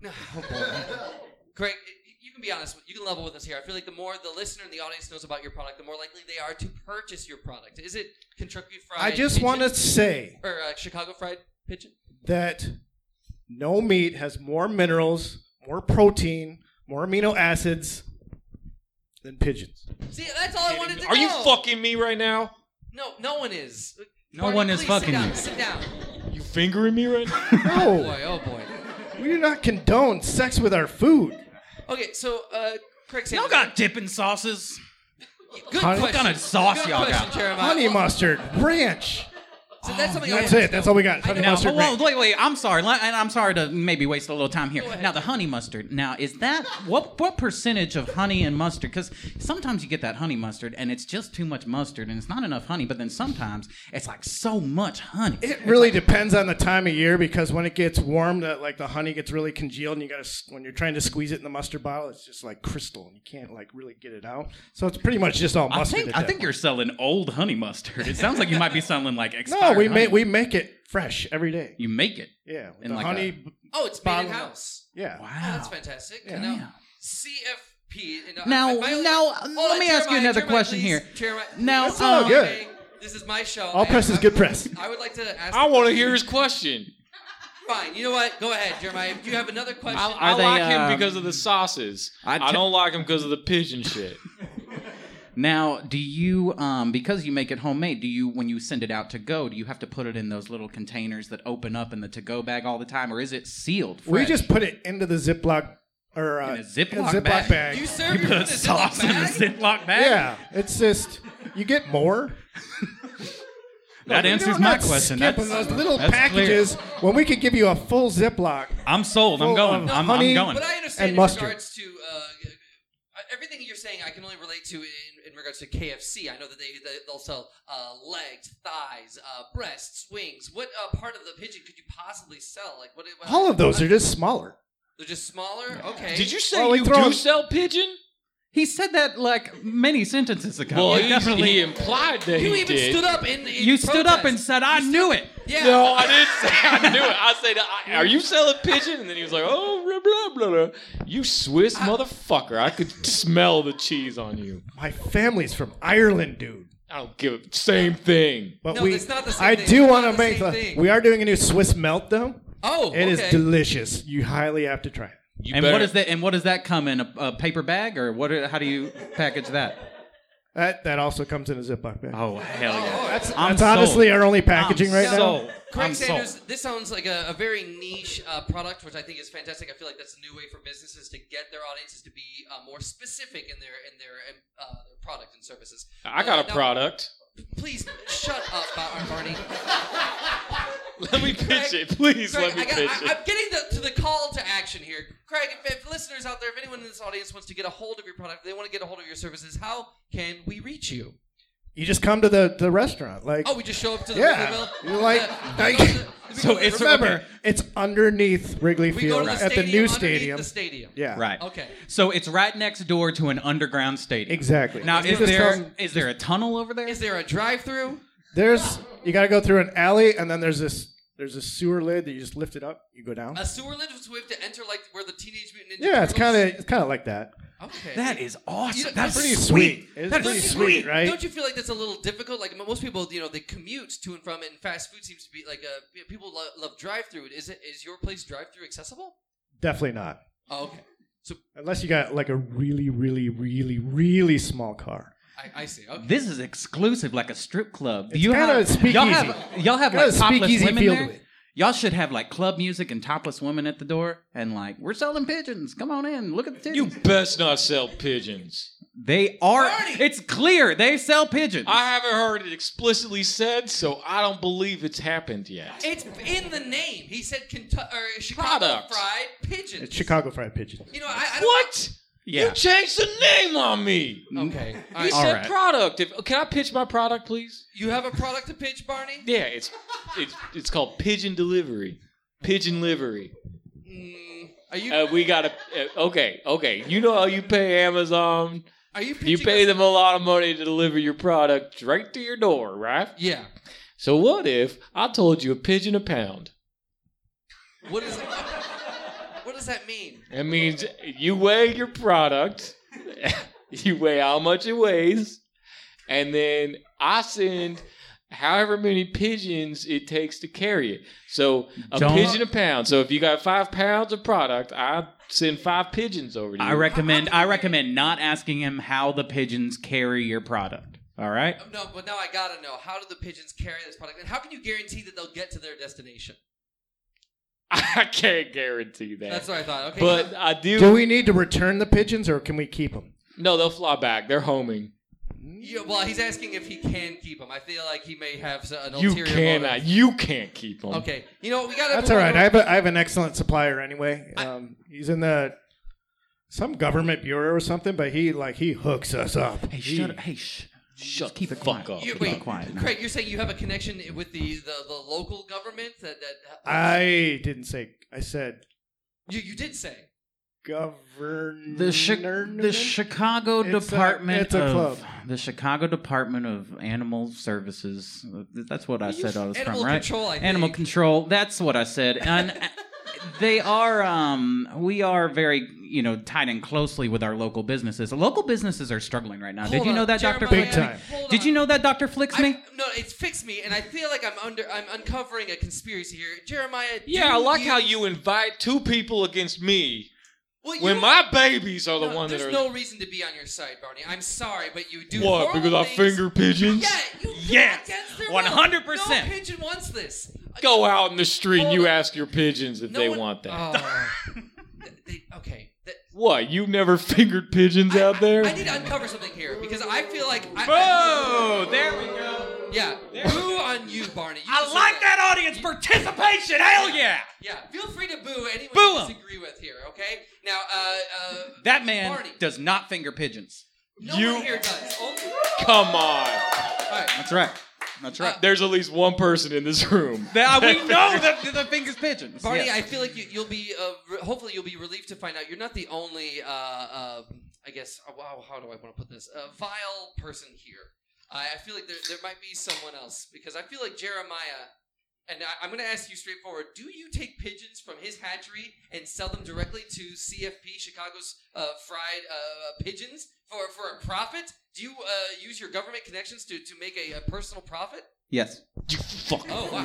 Speaker 1: No, oh boy. Craig, you- you can be honest. You can level with us here. I feel like the more the listener and the audience knows about your product, the more likely they are to purchase your product. Is it Kentucky Fried?
Speaker 4: I just want to
Speaker 1: Pigeon?
Speaker 4: say
Speaker 1: or uh, Chicago Fried Pigeon.
Speaker 4: that no meat has more minerals, more protein, more amino acids than pigeons.
Speaker 1: See, that's all I wanted to know.
Speaker 2: Are you fucking me right now?
Speaker 1: No, no one is.
Speaker 3: No one is
Speaker 1: please
Speaker 3: fucking you.
Speaker 1: sit down, Sit down.
Speaker 2: You fingering me right now?
Speaker 1: Oh
Speaker 4: No,
Speaker 1: boy, oh boy.
Speaker 4: we do not condone sex with our food.
Speaker 1: Okay, so uh, Craig
Speaker 3: Y'all
Speaker 1: Sanders.
Speaker 3: got dipping sauces.
Speaker 1: good
Speaker 4: Honey-
Speaker 1: question.
Speaker 3: What kind of sauce
Speaker 1: good
Speaker 3: y'all got?
Speaker 1: question, Jeremiah.
Speaker 4: Honey
Speaker 1: Well,
Speaker 4: mustard, ranch.
Speaker 1: So that's something I
Speaker 4: That's
Speaker 1: wanted
Speaker 4: it.
Speaker 1: to
Speaker 4: That's
Speaker 1: know.
Speaker 4: all we got.
Speaker 1: I
Speaker 4: Honey
Speaker 1: know.
Speaker 3: Now,
Speaker 4: mustard
Speaker 3: whoa,
Speaker 4: ranch.
Speaker 3: wait, wait. I'm sorry, Li- and I'm sorry to maybe waste a little time here.
Speaker 1: Go ahead.
Speaker 3: Now, the honey mustard. Now, is that what? What percentage of honey and mustard? Because sometimes you get that honey mustard, and it's just too much mustard, and it's not enough honey. But then sometimes it's like so much honey.
Speaker 4: It really depends on the time of year because when it gets warm, that like the honey gets really congealed, and you gotta when you're trying to squeeze it in the mustard bottle, it's just like crystal, and you can't like really get it out. So it's pretty much just all
Speaker 3: I
Speaker 4: mustard.
Speaker 3: think
Speaker 4: at
Speaker 3: I
Speaker 4: that
Speaker 3: think you're selling old honey mustard. It sounds like you might be selling like
Speaker 4: point. no,
Speaker 3: expired prepared
Speaker 4: we make
Speaker 3: honey.
Speaker 4: we make it fresh every day.
Speaker 3: you make it.
Speaker 4: Yeah, with
Speaker 3: In
Speaker 4: the
Speaker 3: like
Speaker 4: honey.
Speaker 3: a-
Speaker 4: b-
Speaker 1: Oh, it's made in
Speaker 4: Bottle-
Speaker 1: house.
Speaker 4: yeah,
Speaker 3: Wow.
Speaker 1: Oh, that's fantastic.
Speaker 4: Yeah.
Speaker 1: Now, CFP. and, uh,
Speaker 3: Now-
Speaker 1: my only-
Speaker 3: now,
Speaker 1: Hold
Speaker 3: let
Speaker 1: on,
Speaker 3: me ask you
Speaker 1: Oh, Jeremiah,
Speaker 3: another
Speaker 1: Jeremiah,
Speaker 3: question
Speaker 1: please.
Speaker 3: here.
Speaker 1: Jeremiah,
Speaker 3: Now,
Speaker 1: please.
Speaker 3: It's all
Speaker 4: um, good.
Speaker 1: This is my show.
Speaker 4: all
Speaker 1: and
Speaker 4: press is
Speaker 1: I-
Speaker 4: good press.
Speaker 1: I would like to ask.
Speaker 2: I want to hear his question.
Speaker 1: Fine. You know what? Go ahead, Jeremiah. If you have another question,
Speaker 2: I,
Speaker 3: <laughs> Are
Speaker 2: I
Speaker 3: they,
Speaker 2: like
Speaker 3: um,
Speaker 2: him because of the sauces. I
Speaker 3: I
Speaker 2: t-
Speaker 3: te-
Speaker 2: I don't like him because of the pigeon shit.
Speaker 3: Now, do you um because you make it homemade, do you when you send it out to go, do you have to put it in those little containers that open up in the to go bag all the time or is it sealed?
Speaker 4: We
Speaker 3: fresh?
Speaker 4: just put it into the Ziploc or uh,
Speaker 3: In a Ziploc bag.
Speaker 1: you serve your
Speaker 3: <laughs>
Speaker 1: food in a Ziploc
Speaker 3: sauce in a
Speaker 1: bag?
Speaker 3: Ziploc bag?
Speaker 4: Yeah, it's just you get more.
Speaker 5: That
Speaker 4: You
Speaker 5: answers
Speaker 4: don't-
Speaker 5: my
Speaker 4: not
Speaker 5: question.
Speaker 4: skip
Speaker 5: That's,
Speaker 4: them, those little
Speaker 5: that's clear.
Speaker 4: packages when we could give you a full Ziploc.
Speaker 5: I'm sold. I'm
Speaker 4: full
Speaker 5: going.
Speaker 4: of
Speaker 5: I'm,
Speaker 4: honey.
Speaker 5: I'm going.
Speaker 1: But I understand
Speaker 4: And
Speaker 1: in
Speaker 4: mustard.
Speaker 1: regards to uh, everything you're saying, I can only relate to in, in regards to KFC. I know that they, they they'll sell uh, legs, thighs, uh, breasts, wings. What uh, part of the pigeon could you possibly sell? Like what? what
Speaker 4: All of those are just smaller.
Speaker 1: They're just smaller. Okay.
Speaker 2: Did you say
Speaker 4: Well, we
Speaker 2: you
Speaker 4: throw-
Speaker 2: do sell pigeon?
Speaker 3: He said that like many sentences ago.
Speaker 2: Well,
Speaker 3: You
Speaker 2: he,
Speaker 3: definitely-
Speaker 2: he implied that
Speaker 1: You
Speaker 2: he
Speaker 1: even
Speaker 2: did.
Speaker 1: stood up in. in
Speaker 3: you stood up
Speaker 1: protest.
Speaker 3: and said, "I knew it."
Speaker 1: Yeah.
Speaker 2: No, I didn't say I knew it. I said, I- "Are you selling pigeon?" And then he was like, "Oh, blah blah blah." blah. You Swiss motherfucker! I could smell the cheese on you.
Speaker 4: My family's from Ireland, dude.
Speaker 2: I don't give a same thing.
Speaker 4: But
Speaker 1: No,
Speaker 4: we,
Speaker 1: it's not the same
Speaker 4: I
Speaker 1: thing.
Speaker 4: do
Speaker 1: It's
Speaker 4: want
Speaker 1: not
Speaker 4: to
Speaker 1: the
Speaker 4: make.
Speaker 1: same
Speaker 4: a-
Speaker 1: thing.
Speaker 4: we are doing a new Swiss melt though.
Speaker 1: Oh,
Speaker 4: It is
Speaker 1: okay.
Speaker 4: delicious. You highly have to try it.
Speaker 2: You
Speaker 3: And
Speaker 2: better-
Speaker 3: what is that? And what does that come in a, a paper bag or what? How do you package that?
Speaker 4: That that also comes in a Ziploc bag.
Speaker 3: Oh hell yeah!
Speaker 4: that's
Speaker 3: I'm
Speaker 4: that's honestly our only packaging
Speaker 3: I'm
Speaker 4: right now.
Speaker 3: sold.
Speaker 1: Craig
Speaker 3: I'm
Speaker 1: Sanders,
Speaker 3: sold.
Speaker 1: this sounds like a, a very niche uh, product, which I think is fantastic. I feel like that's a new way for businesses to get their audiences to be uh, more specific in their in their um, uh, their product and services. Uh,
Speaker 2: I got a
Speaker 1: Now-
Speaker 2: product.
Speaker 1: Please shut up, Bar-
Speaker 2: <laughs>
Speaker 1: Barney.
Speaker 2: Let me pitch it, please.
Speaker 1: Craig,
Speaker 2: let me
Speaker 1: I got,
Speaker 2: pitch
Speaker 1: I,
Speaker 2: it.
Speaker 1: I'm getting the, to the call to action here. Craig, if, if listeners out there, if anyone in this audience wants to get a hold of your product, they want to get a hold of your services, how can we reach you?
Speaker 4: You just come to the, the restaurant. Like
Speaker 1: Oh, we just show up to the
Speaker 4: Yeah.
Speaker 1: Wrigley Mill?
Speaker 4: You're like,
Speaker 1: we
Speaker 4: thank
Speaker 1: go to
Speaker 4: you.
Speaker 1: the- we
Speaker 3: So
Speaker 1: go to
Speaker 3: it's
Speaker 1: the-
Speaker 4: remember,
Speaker 3: okay.
Speaker 4: it's underneath Wrigley
Speaker 1: we go
Speaker 4: Field
Speaker 1: to the
Speaker 4: at the
Speaker 1: stadium,
Speaker 4: new
Speaker 1: underneath
Speaker 4: stadium.
Speaker 1: The stadium.
Speaker 4: Yeah.
Speaker 3: Right.
Speaker 1: Okay.
Speaker 3: So it's right next door to an underground stadium.
Speaker 4: Exactly.
Speaker 3: Now,
Speaker 4: You
Speaker 3: is
Speaker 4: just
Speaker 3: there is
Speaker 4: come-
Speaker 3: there a tunnel over there?
Speaker 1: Is there a drive-through?
Speaker 4: There's you got to go through an alley, and then there's this there's this sewer lid that you just lift it up. You go down.
Speaker 1: A sewer lid which we have to enter, like where the Teenage Mutant Ninja
Speaker 4: Yeah, it's kind
Speaker 1: Turtles-
Speaker 4: of it's kind of like that.
Speaker 1: okay.
Speaker 3: that is awesome.
Speaker 1: You know,
Speaker 3: that's
Speaker 1: pretty
Speaker 3: sweet.
Speaker 4: It's
Speaker 3: That's
Speaker 4: pretty
Speaker 3: sweet.
Speaker 4: sweet, right?
Speaker 1: Don't you feel like that's a little difficult? Like most people, you know, they commute to and from, and fast food seems to be like uh, p- people lo- love drive-through. Is it is your place drive-through accessible?
Speaker 4: Definitely not.
Speaker 1: Oh, okay,
Speaker 4: Unless you got like a really, really, really, really small car.
Speaker 1: I, I see. Okay.
Speaker 3: This is exclusive, like a strip club.
Speaker 4: It's
Speaker 3: you
Speaker 4: kinda
Speaker 3: have
Speaker 4: speakeasy.
Speaker 3: y'all have y'all have
Speaker 4: Kinda
Speaker 3: like topless
Speaker 4: speakeasy
Speaker 3: women
Speaker 4: feel to
Speaker 3: there.
Speaker 4: it.
Speaker 3: Y'all should have like club music and topless women at the door, and like we're selling pigeons. Come on in, look at the
Speaker 2: You
Speaker 3: pigeons.
Speaker 2: best not sell pigeons.
Speaker 3: they are.
Speaker 1: Marty!
Speaker 3: It's clear they sell pigeons.
Speaker 2: I haven't heard it explicitly said, so I don't believe it's happened yet.
Speaker 1: It's in the name. He said Kentucky or Chicago
Speaker 2: Product.
Speaker 1: Fried Pigeon.
Speaker 4: It's Chicago Fried Pigeon.
Speaker 1: You know, I, I don't-
Speaker 2: What?
Speaker 3: yeah.
Speaker 2: You changed the name on me.
Speaker 1: Okay. All
Speaker 2: You
Speaker 1: right.
Speaker 3: All
Speaker 2: said
Speaker 3: right.
Speaker 2: product. If, can I pitch my product, please?
Speaker 1: You have a product to pitch, Barney?
Speaker 2: Yeah, it's it's it's called pigeon delivery. Pigeon livery.
Speaker 1: Mm, are you
Speaker 2: Uh, we gotta. Uh, okay, okay. You know how you pay Amazon.
Speaker 1: are you pitching
Speaker 2: You pay
Speaker 1: us-
Speaker 2: them a lot of money to deliver your product right to your door, right?
Speaker 1: Yeah.
Speaker 2: So what if I told you a pigeon a pound?
Speaker 1: What is what does that mean?
Speaker 2: That means you weigh your product, <laughs> you weigh how much it weighs, and then I send however many pigeons it takes to carry it. So a
Speaker 3: Don't-
Speaker 2: pigeon a pound. So if you got five pounds of product, I send five pigeons over to you.
Speaker 3: I recommend. I recommend not asking him how the pigeons carry your product. All right.
Speaker 1: No, but now I gotta know how do the pigeons carry this product, and how can you guarantee that they'll get to their destination?
Speaker 2: <laughs> I can't guarantee that.
Speaker 1: That's what I thought. Okay,
Speaker 2: but I do.
Speaker 4: Do we need to return the pigeons or can we keep them?
Speaker 2: no, they'll fly back. They're homing.
Speaker 1: you, well, he's asking if he can keep them. I feel like he may have s- an
Speaker 2: You
Speaker 1: ulterior
Speaker 2: cannot.
Speaker 1: motive.
Speaker 2: You can't keep them.
Speaker 1: Okay, you know what, we gotta.
Speaker 4: That's all right. I have, a, I have an excellent supplier anyway. Um, he's in the some government bureau or something, but he like he hooks us up.
Speaker 3: Hey, shut up. Hey, shh. Shut keep it
Speaker 2: fuck
Speaker 3: quiet.
Speaker 2: up.
Speaker 1: You-
Speaker 3: Keep
Speaker 1: wait,
Speaker 3: it quiet. now.
Speaker 1: Craig, you're saying you have a connection with the the, the local government that that
Speaker 4: Uh, I didn't say. I said
Speaker 1: you you did say.
Speaker 4: governor.
Speaker 3: The, chi- the Chicago
Speaker 4: Mm, It's a-
Speaker 3: Department
Speaker 4: it's a
Speaker 3: of
Speaker 4: club.
Speaker 3: the Chicago Department of Animal Services. That's what I said I was
Speaker 1: Animal
Speaker 3: from, right?
Speaker 1: control, I
Speaker 3: Animal
Speaker 1: think.
Speaker 3: control. That's what I said. And uh, they are. Um, we are very, you know, tied in closely with our local businesses. Local businesses are struggling right now. Did
Speaker 1: Hold
Speaker 3: you
Speaker 1: on,
Speaker 3: know that, Doctor?
Speaker 1: Jeremiah,
Speaker 4: Big time.
Speaker 1: hold
Speaker 3: Did
Speaker 1: on.
Speaker 3: you know that Doctor Flicks me?
Speaker 1: No, it's fix me, and I feel like I'm under. I'm uncovering a conspiracy here, Jeremiah. do
Speaker 2: Yeah, I like
Speaker 1: you,
Speaker 2: how you invite two people against me
Speaker 1: Well, you
Speaker 2: when
Speaker 1: don't-
Speaker 2: my babies are the
Speaker 1: no,
Speaker 2: one that
Speaker 1: There's
Speaker 2: are.
Speaker 1: no reason to be on your side, Barney. I'm sorry, but you do.
Speaker 2: what?
Speaker 1: horrible
Speaker 2: Because I
Speaker 1: things.
Speaker 2: finger pigeons?
Speaker 1: Yeah, you
Speaker 3: Yes,
Speaker 1: yes,
Speaker 3: 100%.
Speaker 1: No pigeon wants this.
Speaker 2: Go out in the street and
Speaker 1: Hold
Speaker 2: you
Speaker 1: on.
Speaker 2: ask your pigeons if
Speaker 1: No
Speaker 2: they
Speaker 1: one-
Speaker 2: want that.
Speaker 1: Oh.
Speaker 3: <laughs>
Speaker 1: They- okay. That-
Speaker 2: What? You never <laughs> fingered pigeons out there?
Speaker 1: I need to uncover something here because I feel like. I,
Speaker 3: Oh, there we go.
Speaker 1: yeah. Boo on you, Barney. You
Speaker 3: I
Speaker 1: deserve
Speaker 3: like that audience participation. Hell yeah!
Speaker 1: Yeah. Feel free to boo anyone
Speaker 3: Boo
Speaker 1: you
Speaker 3: 'em.
Speaker 1: disagree with here. Okay. Now, uh, uh,
Speaker 3: That man
Speaker 1: Barney.
Speaker 3: does not finger pigeons.
Speaker 1: no
Speaker 2: You-
Speaker 1: one here does. Only.
Speaker 2: Come on.
Speaker 1: All right.
Speaker 3: That's right. That's right.
Speaker 2: There's at least one person in this room.
Speaker 3: That- we know that the, fingers pigeons.
Speaker 1: Barney,
Speaker 3: yes.
Speaker 1: I feel like you, you'll be. Uh, re- hopefully, you'll be relieved to find out you're not the only. Uh, uh, I guess. Uh, wow. How do I want to put this? Uh, vile person here. I, I feel like there, there might be someone else because I feel like Jeremiah. And I, I'm going to ask you straightforward: Do you take pigeons from his hatchery and sell them directly to CFP Chicago's uh, fried uh, pigeons for for a profit? Do you uh, use your government connections to to make a, a personal profit?
Speaker 3: yes.
Speaker 2: You fuck.
Speaker 1: Oh
Speaker 2: <laughs>
Speaker 1: wow!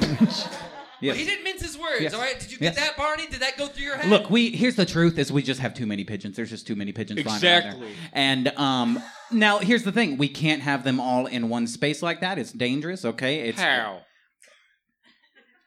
Speaker 3: Yes.
Speaker 1: He didn't mince his words.
Speaker 3: Yes.
Speaker 1: All right, did you get
Speaker 3: Yes.
Speaker 1: that, Barney? Did that go through your head?
Speaker 3: Look, we here's the truth: is we just have too many pigeons. There's just too many pigeons flying around
Speaker 2: Exactly.
Speaker 3: there. And um, now here's the thing: we can't have them all in one space like that. It's dangerous. Okay. It's
Speaker 2: How?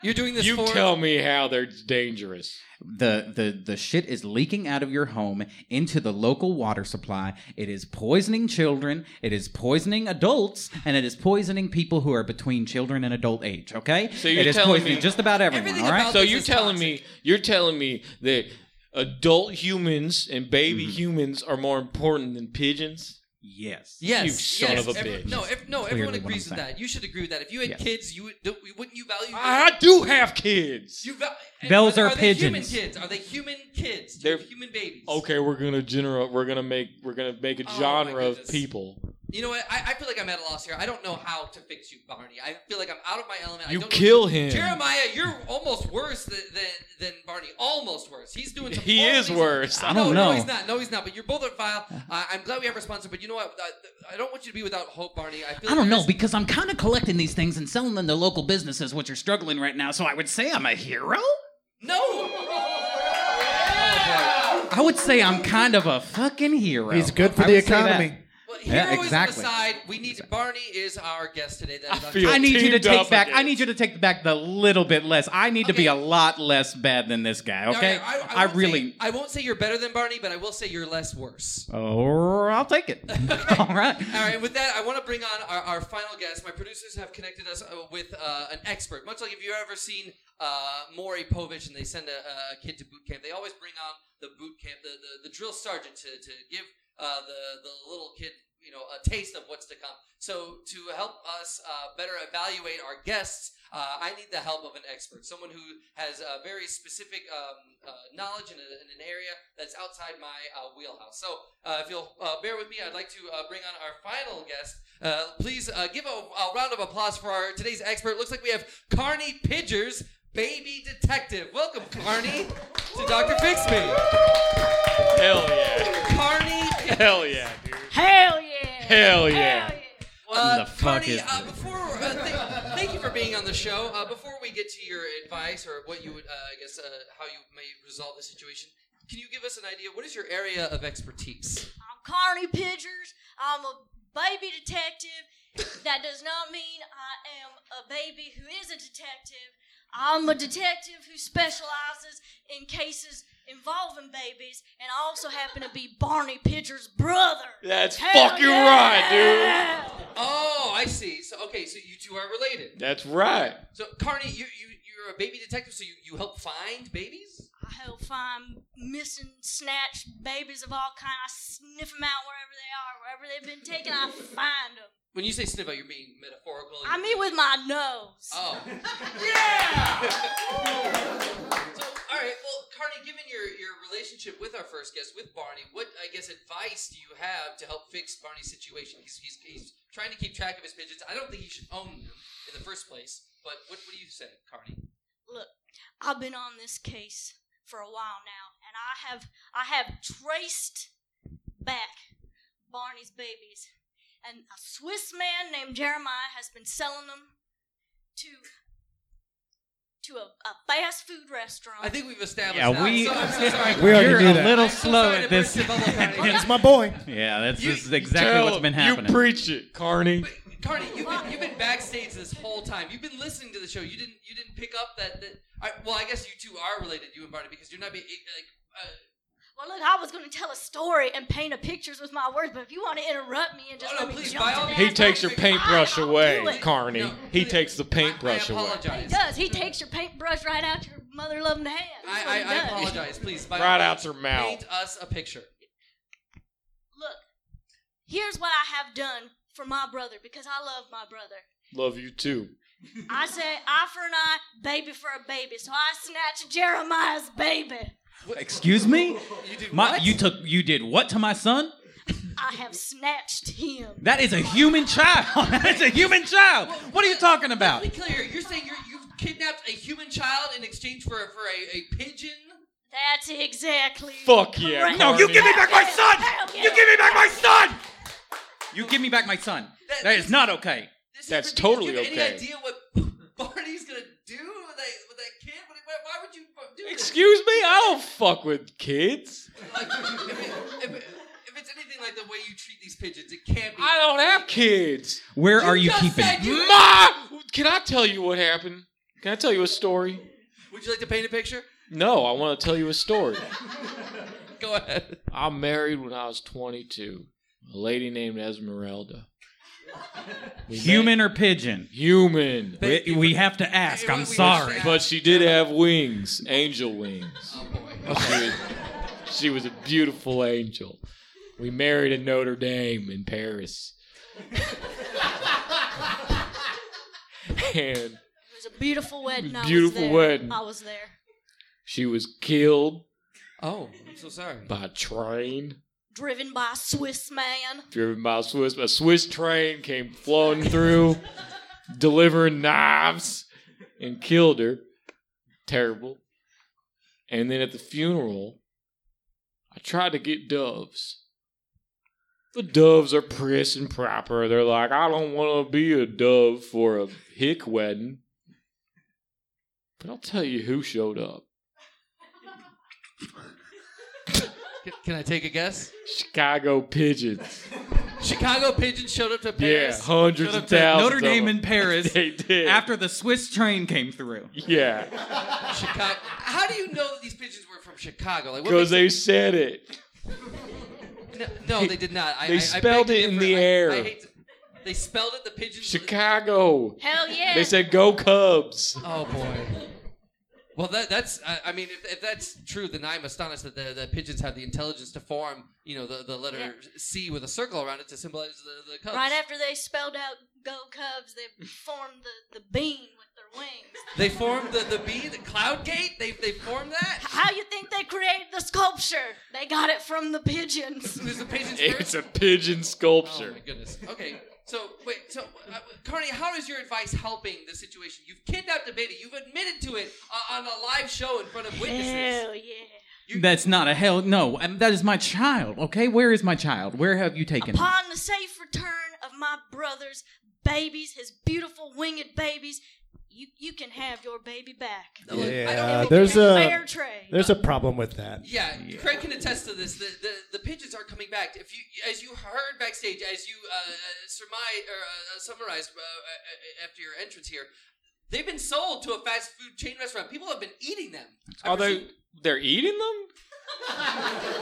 Speaker 1: You're doing this
Speaker 2: You
Speaker 1: for
Speaker 2: tell me how they're dangerous.
Speaker 3: the the the shit is leaking out of your home into the local water supply. It is poisoning children. It is poisoning adults, and it is poisoning people who are between children and adult age. Okay.
Speaker 2: So you're
Speaker 3: it is
Speaker 2: telling
Speaker 3: poisoning
Speaker 2: me-
Speaker 3: just about everyone.
Speaker 1: Everything
Speaker 3: all right.
Speaker 1: about
Speaker 2: So
Speaker 1: Oh, this
Speaker 2: you're
Speaker 1: is
Speaker 2: telling
Speaker 1: toxic.
Speaker 2: me you're telling me that adult humans and
Speaker 3: Mm-hmm.
Speaker 2: baby humans are more important than pigeons?
Speaker 3: yes.
Speaker 1: Yes,
Speaker 2: You son
Speaker 1: yes,
Speaker 2: of a
Speaker 1: every-
Speaker 2: bitch.
Speaker 1: No, if, no,
Speaker 3: Clearly
Speaker 1: everyone
Speaker 3: what I'm
Speaker 1: agrees with
Speaker 3: saying.
Speaker 1: that. You should agree with that. If you had
Speaker 3: Yes.
Speaker 1: kids, you would, do- wouldn't you value?
Speaker 2: I do have kids.
Speaker 1: you val-
Speaker 3: Those are
Speaker 1: they human
Speaker 3: pigeons.
Speaker 1: kids? Are they human kids? Do
Speaker 2: They're-
Speaker 1: they human babies.
Speaker 2: Okay, we're gonna generate. We're gonna make. We're gonna make a
Speaker 1: Oh, my
Speaker 2: genre of
Speaker 1: goodness.
Speaker 2: people.
Speaker 1: You know what? I, I feel like I'm at a loss here. I don't know how to fix you, Barney. I feel like I'm out of my element. I
Speaker 2: You
Speaker 1: don't
Speaker 2: kill him.
Speaker 1: Jeremiah, you're almost worse than, than than Barney. Almost worse. He's doing. Some
Speaker 2: He
Speaker 1: horrible
Speaker 2: is
Speaker 1: things.
Speaker 2: worse.
Speaker 3: I
Speaker 1: no, No,
Speaker 3: don't know.
Speaker 1: he's not. No, he's not. But you're both are vile. Uh, I'm glad we have a sponsor. But you know what? I, I don't want you to be without hope, Barney. I, feel
Speaker 3: I don't
Speaker 1: like
Speaker 3: know
Speaker 1: there's-
Speaker 3: because I'm kind of collecting these things and selling them to local businesses, which are struggling right now. So I would say I'm a hero.
Speaker 1: No.
Speaker 3: I would say I'm kind of a fucking hero.
Speaker 4: He's good for
Speaker 3: I
Speaker 4: the
Speaker 3: would say that. <laughs>
Speaker 4: economy.
Speaker 1: Well, heroism
Speaker 3: Yeah, exactly.
Speaker 1: aside, we need Barney is our guest today. That
Speaker 2: I
Speaker 1: is on-
Speaker 2: feel-
Speaker 3: I need you to
Speaker 2: Teamed up
Speaker 3: take back. I
Speaker 2: against-
Speaker 3: need you to take back the little bit less. I need to be
Speaker 1: Okay.
Speaker 3: a lot less bad than this guy.
Speaker 1: All right,
Speaker 3: Okay, I,
Speaker 1: won't
Speaker 3: really.
Speaker 1: say- I won't say you're better than Barney, but I will say you're less worse.
Speaker 3: Oh, I'll take it. <laughs> All right.
Speaker 1: All right, with that, I want to bring on our, our final guest. My producers have connected us uh, with uh, an expert. Much like if you've ever seen uh, Maury Povich and they send a, a kid to boot camp, they always bring on the boot camp, the, the, the drill sergeant to, to give uh, the, the little kid you know, a taste of what's to come. So to help us uh, better evaluate our guests, uh, I need the help of an expert, someone who has a very specific um, uh, knowledge in, a, in an area that's outside my uh, wheelhouse. So uh, if you'll uh, bear with me, I'd like to uh, bring on our final guest. Uh, please uh, give a, a round of applause for our today's expert. Looks like we have Carney Pidgers, baby detective. Welcome, Carney, to Dr. Fix Me.
Speaker 2: Hell yeah!
Speaker 1: Carney
Speaker 2: Hell yeah, dude!
Speaker 6: Hell yeah!
Speaker 2: Hell yeah!
Speaker 1: What
Speaker 3: the fuck
Speaker 1: Carney,
Speaker 3: is
Speaker 1: uh,
Speaker 3: this?
Speaker 1: before, uh, thank, thank you for being on the show. Uh, before we get to your advice or what you would, uh, I guess, uh, how you may resolve the situation, can you give us an idea? What is your area of expertise?
Speaker 6: I'm Carney Pidgers. I'm a baby detective. That does not mean I am a baby who is a detective. I'm a detective who specializes in cases involving babies, and I also happen to be Barney Pidger's brother.
Speaker 2: That's
Speaker 6: Hell
Speaker 2: fucking right,
Speaker 6: yeah!
Speaker 1: Oh, I see. So okay, so you two are related.
Speaker 2: dude. That's right.
Speaker 1: So Carney, you you you're a baby detective, so you, you help find babies.
Speaker 6: I help find missing, snatched babies of all kinds. I sniff them out wherever they are, wherever they've been taken. I find them.
Speaker 1: When you say sniff out, you're being metaphorical.
Speaker 6: I mean, with my nose.
Speaker 1: Oh. yeah! <laughs> so, All right. Well, Carney, given your, your relationship with our first guest, with Barney, what I guess advice do you have to help fix Barney's situation? He's, he's, he's trying to keep track of his pigeons. I don't think he should own them in the first place. But what, what do you say, Carney?
Speaker 6: Look, I've been on this case for a while now, and I have I have traced back Barney's babies, and a Swiss man named Jeremiah has been selling them to to a, a fast food restaurant.
Speaker 1: I think we've established.
Speaker 3: Yeah,
Speaker 1: that. <laughs>
Speaker 3: we-
Speaker 1: So
Speaker 4: <laughs>
Speaker 1: I'm so sorry.
Speaker 4: We already
Speaker 3: You're
Speaker 4: knew
Speaker 3: a
Speaker 4: that.
Speaker 3: little
Speaker 1: I'm so
Speaker 3: slow
Speaker 1: sorry to
Speaker 3: at this.
Speaker 1: burst your bubble, <laughs> Carney.
Speaker 4: It's my boy.
Speaker 3: yeah, that's
Speaker 1: You-
Speaker 3: this is exactly what's been happening.
Speaker 2: You preach it, Carney.
Speaker 1: But, Carney, you've been, you've been backstage this whole time. You've been listening to the show. You didn't you didn't pick up that that. I, well, I guess you two are related, you and Barney, because you're not being like. Uh,
Speaker 6: Well, look, I was going to tell a story and paint a pictures with my words, but if you want to interrupt me and just
Speaker 1: Oh, no,
Speaker 6: let me
Speaker 1: please,
Speaker 6: jump
Speaker 1: by
Speaker 6: to
Speaker 1: all
Speaker 6: that,
Speaker 2: He
Speaker 1: That's
Speaker 2: takes
Speaker 1: not
Speaker 2: your
Speaker 1: fair.
Speaker 2: paintbrush
Speaker 6: I'll do
Speaker 2: away,
Speaker 6: it.
Speaker 2: Carney.
Speaker 1: uh, no,
Speaker 2: He
Speaker 1: really,
Speaker 2: takes the
Speaker 1: I-
Speaker 2: paintbrush
Speaker 1: I
Speaker 2: away.
Speaker 6: He
Speaker 1: apologize.
Speaker 6: does. He takes your paintbrush right out your mother loving hand. That's
Speaker 1: I,
Speaker 6: what
Speaker 1: I,
Speaker 6: he
Speaker 1: I
Speaker 6: does.
Speaker 1: apologize, please. By
Speaker 2: Right
Speaker 1: all
Speaker 2: out
Speaker 1: means,
Speaker 2: your mouth.
Speaker 1: Paint us a picture.
Speaker 6: Look, here's what I have done for my brother because I love my brother.
Speaker 2: Love you too.
Speaker 6: I say eye for an eye, baby for a baby. So I snatched Jeremiah's baby.
Speaker 3: Excuse me?
Speaker 1: You did
Speaker 3: My,
Speaker 1: what?
Speaker 3: you took you did what to my son?
Speaker 6: I have snatched him.
Speaker 3: That is a human child. <laughs> That's a human child. What are you talking
Speaker 1: Let
Speaker 3: about?
Speaker 1: me clear. You're saying you're, you've kidnapped a human child in exchange for a, for a, a pigeon?
Speaker 6: That's exactly.
Speaker 2: Fuck yeah,
Speaker 6: correct.
Speaker 2: No, you give
Speaker 3: me back my
Speaker 6: Hell
Speaker 3: son!
Speaker 6: yeah.
Speaker 3: You give me back my son! You give me back my son. That is not okay.
Speaker 1: This
Speaker 2: That's
Speaker 1: is ridiculous.
Speaker 2: totally
Speaker 1: Do you have Any
Speaker 2: okay.
Speaker 1: idea what <laughs> Barney's gonna do with that, with that kid? What, why why would you do this?
Speaker 2: Excuse me? I don't fuck with kids.
Speaker 1: Like, if, it, if, it, if it's anything like the way you treat these pigeons, it can't be.
Speaker 2: I don't have kids.
Speaker 3: Where are you
Speaker 1: just
Speaker 3: keeping?
Speaker 1: said you-
Speaker 2: Ma! Can I tell you what happened? Can I tell you a story?
Speaker 1: Would you like to paint a picture?
Speaker 2: No, I want to tell you a story.
Speaker 1: Go ahead.
Speaker 2: I married when I was 22. A lady named Esmeralda. We met-
Speaker 3: Human or pigeon?
Speaker 2: Human.
Speaker 1: Thank
Speaker 3: We,
Speaker 1: you
Speaker 3: we
Speaker 1: for-
Speaker 3: have to ask.
Speaker 1: Hey,
Speaker 3: I'm
Speaker 1: we- we
Speaker 3: sorry.
Speaker 1: respect-
Speaker 2: But she did have wings, angel wings.
Speaker 1: Oh boy.
Speaker 2: She was, she was a beautiful angel. We married in Notre Dame in
Speaker 1: <laughs>
Speaker 2: Paris. and
Speaker 6: It was a beautiful wedding. I was
Speaker 2: Beautiful
Speaker 6: there.
Speaker 2: wedding.
Speaker 6: I was there.
Speaker 2: she was killed
Speaker 1: Oh, I'm so sorry.
Speaker 2: by a train.
Speaker 6: Driven by a Swiss man.
Speaker 2: driven by a Swiss. A Swiss train came flowing through, delivering knives, and killed her. Terrible. And then at the funeral, I tried to get doves. The doves are priss and proper. They're like, I don't want to be a dove for a hick wedding. But I'll tell you who showed up.
Speaker 1: Can, can I take a guess?
Speaker 2: Chicago pigeons.
Speaker 1: Chicago pigeons showed up to
Speaker 2: Yeah,
Speaker 1: Paris.
Speaker 2: hundreds
Speaker 3: Showed
Speaker 2: of
Speaker 3: up to
Speaker 2: thousands.
Speaker 3: Notre
Speaker 2: of
Speaker 3: Dame
Speaker 2: them.
Speaker 3: in
Speaker 2: <laughs>
Speaker 3: Paris
Speaker 2: They did.
Speaker 3: after the Swiss train came through.
Speaker 2: yeah.
Speaker 1: Chicago. How do you know that these pigeons were from Chicago? Like, what
Speaker 2: Because
Speaker 1: makes
Speaker 2: they said it.
Speaker 1: it- no, no, they did not. I,
Speaker 2: they
Speaker 1: I- I
Speaker 2: spelled
Speaker 1: beg to
Speaker 2: it in
Speaker 1: differ.
Speaker 2: the
Speaker 1: I-
Speaker 2: air.
Speaker 1: I hate to- they spelled it. The pigeons.
Speaker 2: Chicago.
Speaker 6: Hell yeah.
Speaker 2: They said, go Cubs.
Speaker 1: Oh boy. Well, that, that's. I, I mean, if, if that's true, then I'm astonished that the, the pigeons have the intelligence to form, you know, the, the letter C with a circle around it to symbolize the the cubs.
Speaker 6: right after they spelled out "Go Cubs," they formed the the bean with their wings.
Speaker 1: They formed the the B, the cloud gate. They they formed that.
Speaker 6: How you think they created the sculpture? They got it from
Speaker 3: <laughs>
Speaker 6: the pigeons.
Speaker 1: There's the pigeons.
Speaker 2: It's
Speaker 1: first.
Speaker 2: a pigeon
Speaker 1: Oh
Speaker 2: sculpture.
Speaker 1: my goodness. Okay. So wait. So uh, Carney, how is your advice helping the situation? You've kidnapped a baby. You've admitted to it uh, on a live show in front of witnesses.
Speaker 6: Hell yeah.
Speaker 1: You-
Speaker 3: That's not a hell. No, um, that is my child. Okay, where is my child? Where have you taken? him?
Speaker 6: Upon the safe return of my brother's babies, his beautiful winged babies, you, you can have your baby back.
Speaker 1: No, like, I don't
Speaker 4: Yeah,
Speaker 1: even-
Speaker 4: there's a-
Speaker 6: fair trade.
Speaker 4: There's a problem with that.
Speaker 1: Yeah, Craig can attest to this. The, the the pigeons are coming back. If you, as you heard backstage, as you uh, surmise or uh, uh, summarized uh, uh, uh, after your entrance here, they've been sold to a fast food chain restaurant. People have been eating them. I
Speaker 2: Are they?
Speaker 1: presume-
Speaker 2: They're eating them?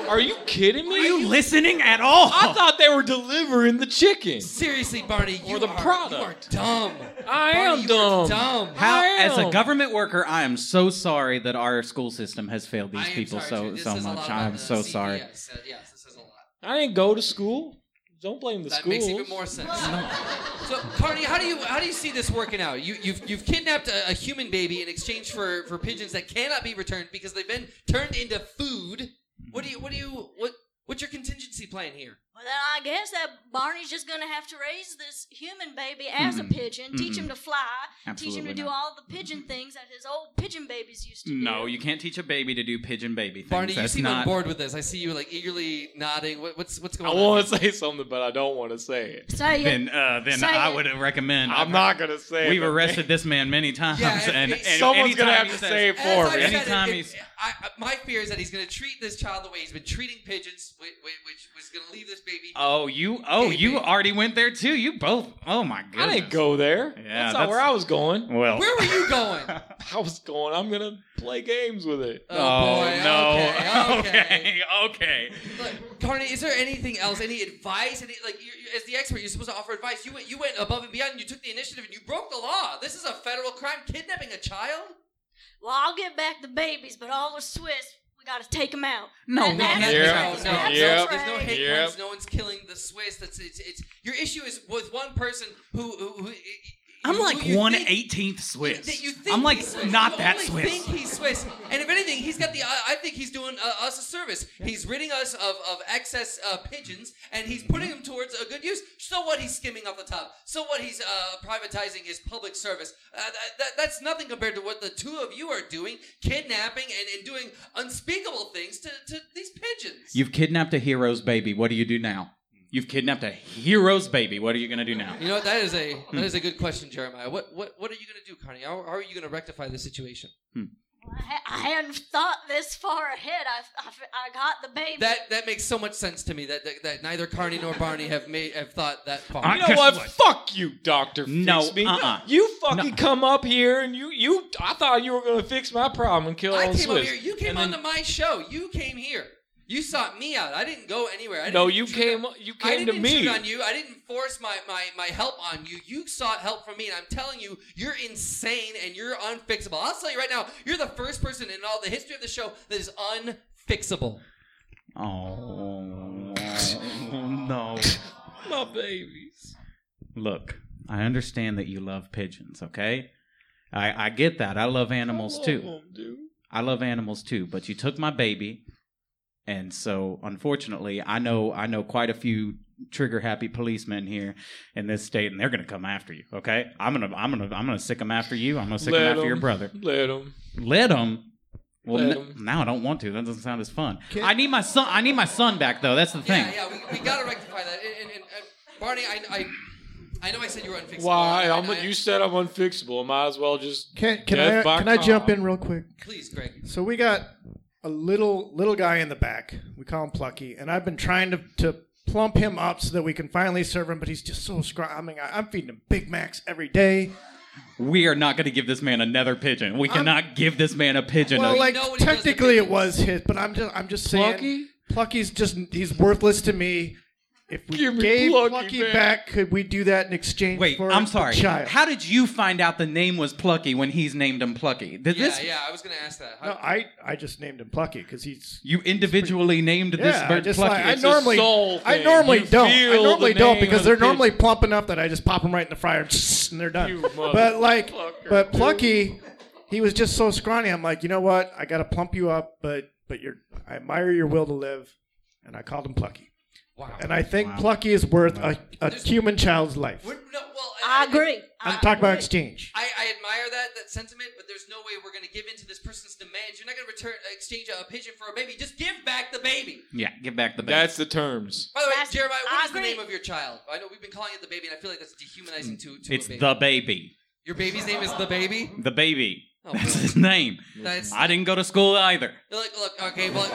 Speaker 2: Are you kidding me?
Speaker 3: Are you listening at all?
Speaker 2: I thought they were delivering the chicken.
Speaker 1: Seriously, Barney, you
Speaker 2: Or the
Speaker 1: are,
Speaker 2: product.
Speaker 1: You are dumb.
Speaker 2: I
Speaker 1: Barney,
Speaker 2: am
Speaker 1: you are
Speaker 2: dumb.
Speaker 1: dumb.
Speaker 3: How,
Speaker 2: I
Speaker 3: as a
Speaker 2: am.
Speaker 3: government worker, I am so sorry that our school system has failed these
Speaker 1: I am
Speaker 3: people
Speaker 1: sorry,
Speaker 3: so
Speaker 1: too. This
Speaker 3: so
Speaker 1: says a
Speaker 3: much.
Speaker 1: lot
Speaker 3: I
Speaker 1: about
Speaker 3: am
Speaker 1: the
Speaker 3: so sorry.
Speaker 1: CPS. Uh, yes, this is a lot.
Speaker 2: I didn't go to school. Don't blame the
Speaker 1: that
Speaker 2: schools.
Speaker 1: makes even more sense. So, Carney, how do you how do you see this working out? You, you've you've kidnapped a, a human baby in exchange for, for pigeons that cannot be returned because they've been turned into food. What do you what do you what what's your contingency plan here?
Speaker 6: Well, then I guess that Barney's just going to have to raise this human baby as a
Speaker 3: Mm-mm.
Speaker 6: pigeon, teach him
Speaker 3: Mm-mm.
Speaker 6: to fly, teach
Speaker 3: Mm-hmm. Absolutely
Speaker 6: him to do
Speaker 3: not.
Speaker 6: all the pigeon things that his old pigeon babies used to
Speaker 3: No,
Speaker 6: do.
Speaker 3: you can't teach a baby to do pigeon baby things.
Speaker 1: Barney, you
Speaker 3: That's
Speaker 1: seem on
Speaker 3: not.
Speaker 1: board with this. I see you like eagerly nodding. What, what's what's going
Speaker 2: I
Speaker 1: on?
Speaker 2: want to say something, but I don't want to say it.
Speaker 6: Say it.
Speaker 3: Then, uh, then
Speaker 6: Say
Speaker 3: I
Speaker 6: it.
Speaker 3: would recommend.
Speaker 2: I'm not gonna say it.
Speaker 3: <laughs> We've
Speaker 2: but
Speaker 3: arrested this man many times,
Speaker 1: Yeah, if-
Speaker 3: and,
Speaker 1: if-
Speaker 3: and
Speaker 2: Someone's
Speaker 3: anytime
Speaker 2: gonna have
Speaker 3: he
Speaker 2: to
Speaker 3: says-
Speaker 2: say it
Speaker 1: As
Speaker 2: for
Speaker 1: I've
Speaker 2: me.
Speaker 1: said,
Speaker 3: Anytime
Speaker 1: it-
Speaker 3: he's-
Speaker 1: it- I, I- my fear is that he's going to treat this child the way he's been treating pigeons, which, which was going to leave this baby.
Speaker 3: Oh, you. Oh, you
Speaker 1: Baby.
Speaker 3: already went there too. You both. Oh my goodness.
Speaker 2: I didn't go there.
Speaker 3: Yeah,
Speaker 2: that's not
Speaker 3: that's-
Speaker 2: where I was going.
Speaker 3: Well.
Speaker 1: Where
Speaker 3: <laughs>
Speaker 1: were you going? Oh,
Speaker 2: I was going. I'm gonna play games with it.
Speaker 3: Oh, no.
Speaker 1: Okay, okay.
Speaker 3: <laughs> okay.
Speaker 1: Look, Carney, is there anything else? Any advice? Any like, you you- as the expert, you're supposed to offer advice. You went, you went above and beyond. You took the initiative, and you broke the law. This is a federal crime: kidnapping a child.
Speaker 6: Well, I'll get back the babies, but all the Swiss, we got to take them out.
Speaker 3: No,
Speaker 6: That-
Speaker 3: we
Speaker 6: that's
Speaker 3: can't.
Speaker 6: the
Speaker 2: Yeah.
Speaker 1: No, no,
Speaker 6: train. That's
Speaker 2: Yep.
Speaker 6: the
Speaker 1: There's no
Speaker 6: train.
Speaker 1: hate
Speaker 2: Yep.
Speaker 1: ones. No one's killing the Swiss. That's it's, it's your issue is with one person who who. who
Speaker 3: I'm
Speaker 1: who
Speaker 3: like
Speaker 1: you
Speaker 3: one
Speaker 1: think-
Speaker 3: eighteenth Swiss.
Speaker 1: that you think
Speaker 3: I'm like
Speaker 1: he's Swiss.
Speaker 3: not
Speaker 1: You
Speaker 3: that
Speaker 1: only
Speaker 3: Swiss.
Speaker 1: think he's Swiss, and if anything, he's got the. I I think he's doing uh, us a service. He's ridding us of of excess uh, pigeons, and he's putting them towards a good use. So what? He's skimming off the top. So what? He's uh, privatizing his public service. Uh, that, that, that's nothing compared to what the two of you are doing, kidnapping and, and doing unspeakable things to, to these pigeons.
Speaker 3: You've kidnapped a hero's baby. What do you do now? You've kidnapped a hero's baby. What are you gonna do now?
Speaker 1: You know what? That is a
Speaker 3: Hmm.
Speaker 1: that is a good question, Jeremiah. What what what are you going to do, Connie? How, how are you going to rectify this situation?
Speaker 6: Well, I, ha- I hadn't thought this far ahead. I, I, I got the baby.
Speaker 1: That that makes so much sense to me that that, that neither Carney nor Barney have made have thought that far.
Speaker 3: I-
Speaker 2: You know
Speaker 3: Guess
Speaker 2: what?
Speaker 3: what?
Speaker 2: Fuck you, Doctor.
Speaker 3: No,
Speaker 2: fix me.
Speaker 3: uh-uh.
Speaker 2: You fucking come up here and you you. I thought you were gonna fix my problem and kill
Speaker 1: I
Speaker 2: all the
Speaker 1: came up
Speaker 2: Swiss.
Speaker 1: here. You came
Speaker 2: And then-
Speaker 1: onto my show. You came here. You sought me out. I didn't go anywhere. I
Speaker 2: No,
Speaker 1: didn't
Speaker 2: you
Speaker 1: intrude
Speaker 2: came.
Speaker 1: on-
Speaker 2: You
Speaker 1: I
Speaker 2: came to
Speaker 1: didn't
Speaker 2: me.
Speaker 1: intrude on you. I didn't force my, my, my help on you. You sought help from me, and I'm telling you, you're insane and you're unfixable. I'll tell you right now, you're the first person in all the history of the show that is unfixable.
Speaker 3: Oh no.
Speaker 2: My babies.
Speaker 3: Look, I understand that you love pigeons, okay? I, I get that. I love animals
Speaker 2: I love
Speaker 3: too.
Speaker 2: 'em, dude.
Speaker 3: I love animals too, but you took my baby, and so unfortunately, I know I know quite a few trigger happy policemen here in this state, and they're gonna come after you. Okay, I'm gonna I'm gonna I'm gonna sick them after you. I'm gonna sick them
Speaker 2: Let
Speaker 3: after your
Speaker 2: 'em.
Speaker 3: brother.
Speaker 2: Let him.
Speaker 3: Let them. Well,
Speaker 2: Let
Speaker 3: n-
Speaker 2: 'em.
Speaker 3: now I don't want to. That doesn't sound as fun. I need my son. I need my son back though. That's the thing.
Speaker 1: Yeah, yeah, we, we gotta rectify that. And, and, and, and Barney, I, I I know I said you were unfixable.
Speaker 2: Why?
Speaker 1: and I-
Speaker 2: I'm.
Speaker 1: I-
Speaker 2: You said I'm unfixable. I might as well just.
Speaker 4: Can, can
Speaker 2: Death
Speaker 4: I
Speaker 2: by
Speaker 4: can I jump
Speaker 2: cop.
Speaker 4: in real quick?
Speaker 1: Please, Greg.
Speaker 4: So we got a little little guy in the back. We call him Plucky, and I've been trying to to plump him up so that we can finally serve him. But he's just so scrawny. I mean, I, I'm feeding him Big Macs every day.
Speaker 3: We are not going to give this man another pigeon. We cannot give this man a pigeon.
Speaker 4: Well,
Speaker 3: A-
Speaker 4: like
Speaker 1: know what he does to
Speaker 4: technically it
Speaker 1: pigeons.
Speaker 4: was his, but I'm just I'm just saying
Speaker 2: Plucky?
Speaker 4: Plucky's just he's worthless to me. If we
Speaker 2: Give me
Speaker 4: gave
Speaker 2: Plucky
Speaker 4: Plucky,
Speaker 2: back.
Speaker 4: back. could we do that in exchange
Speaker 3: Wait,
Speaker 4: for
Speaker 3: I'm
Speaker 4: the
Speaker 3: sorry.
Speaker 4: child?
Speaker 3: How did you find out the name was Plucky when he's named him Plucky? Did
Speaker 1: Yeah,
Speaker 3: this
Speaker 1: yeah, I was gonna ask that. How-
Speaker 4: no, I I just named him Plucky because he's
Speaker 3: you individually named this
Speaker 4: Yeah, I
Speaker 3: bird
Speaker 4: just
Speaker 3: Plucky?
Speaker 4: like- I
Speaker 2: It's a
Speaker 4: normally-
Speaker 2: soul
Speaker 4: I
Speaker 2: thing.
Speaker 4: normally
Speaker 2: You
Speaker 4: don't. I
Speaker 2: feel
Speaker 4: normally
Speaker 2: the
Speaker 4: don't
Speaker 2: name
Speaker 4: because
Speaker 2: of
Speaker 4: they're
Speaker 2: the
Speaker 4: normally
Speaker 2: pigeon.
Speaker 4: plump enough that I just pop them right in the fryer and they're done.
Speaker 2: You
Speaker 4: but like,
Speaker 2: motherfucker.
Speaker 4: but Plucky, he was just so scrawny. I'm like, you know what? I gotta plump you up, but but you're. I admire your will to live, and I called him Plucky.
Speaker 1: wow.
Speaker 4: And I think
Speaker 3: Wow.
Speaker 4: Plucky is worth a, a
Speaker 1: There's-
Speaker 4: human child's life.
Speaker 1: We're- no, well,
Speaker 6: I agree.
Speaker 4: I'm
Speaker 6: I
Speaker 4: talking about
Speaker 6: agree.
Speaker 4: exchange.
Speaker 1: I, I admire that that sentiment, but there's no way we're gonna give in to this person's demands. You're not gonna return uh, exchange a pigeon for a baby. Just give back the baby.
Speaker 3: yeah, get back the baby.
Speaker 2: That's the terms.
Speaker 1: By the way,
Speaker 6: That's-
Speaker 1: Jeremiah,
Speaker 6: I
Speaker 1: what is the
Speaker 6: agree.
Speaker 1: name of your child? I know we've been calling it the baby, and I feel like that's dehumanizing to, to
Speaker 3: It's
Speaker 1: a baby.
Speaker 3: the baby.
Speaker 1: Your baby's name is the baby.
Speaker 3: The baby.
Speaker 1: Oh,
Speaker 3: That's
Speaker 1: boy.
Speaker 3: his name.
Speaker 1: That's
Speaker 3: I didn't go to school either.
Speaker 1: look, look. Okay, well,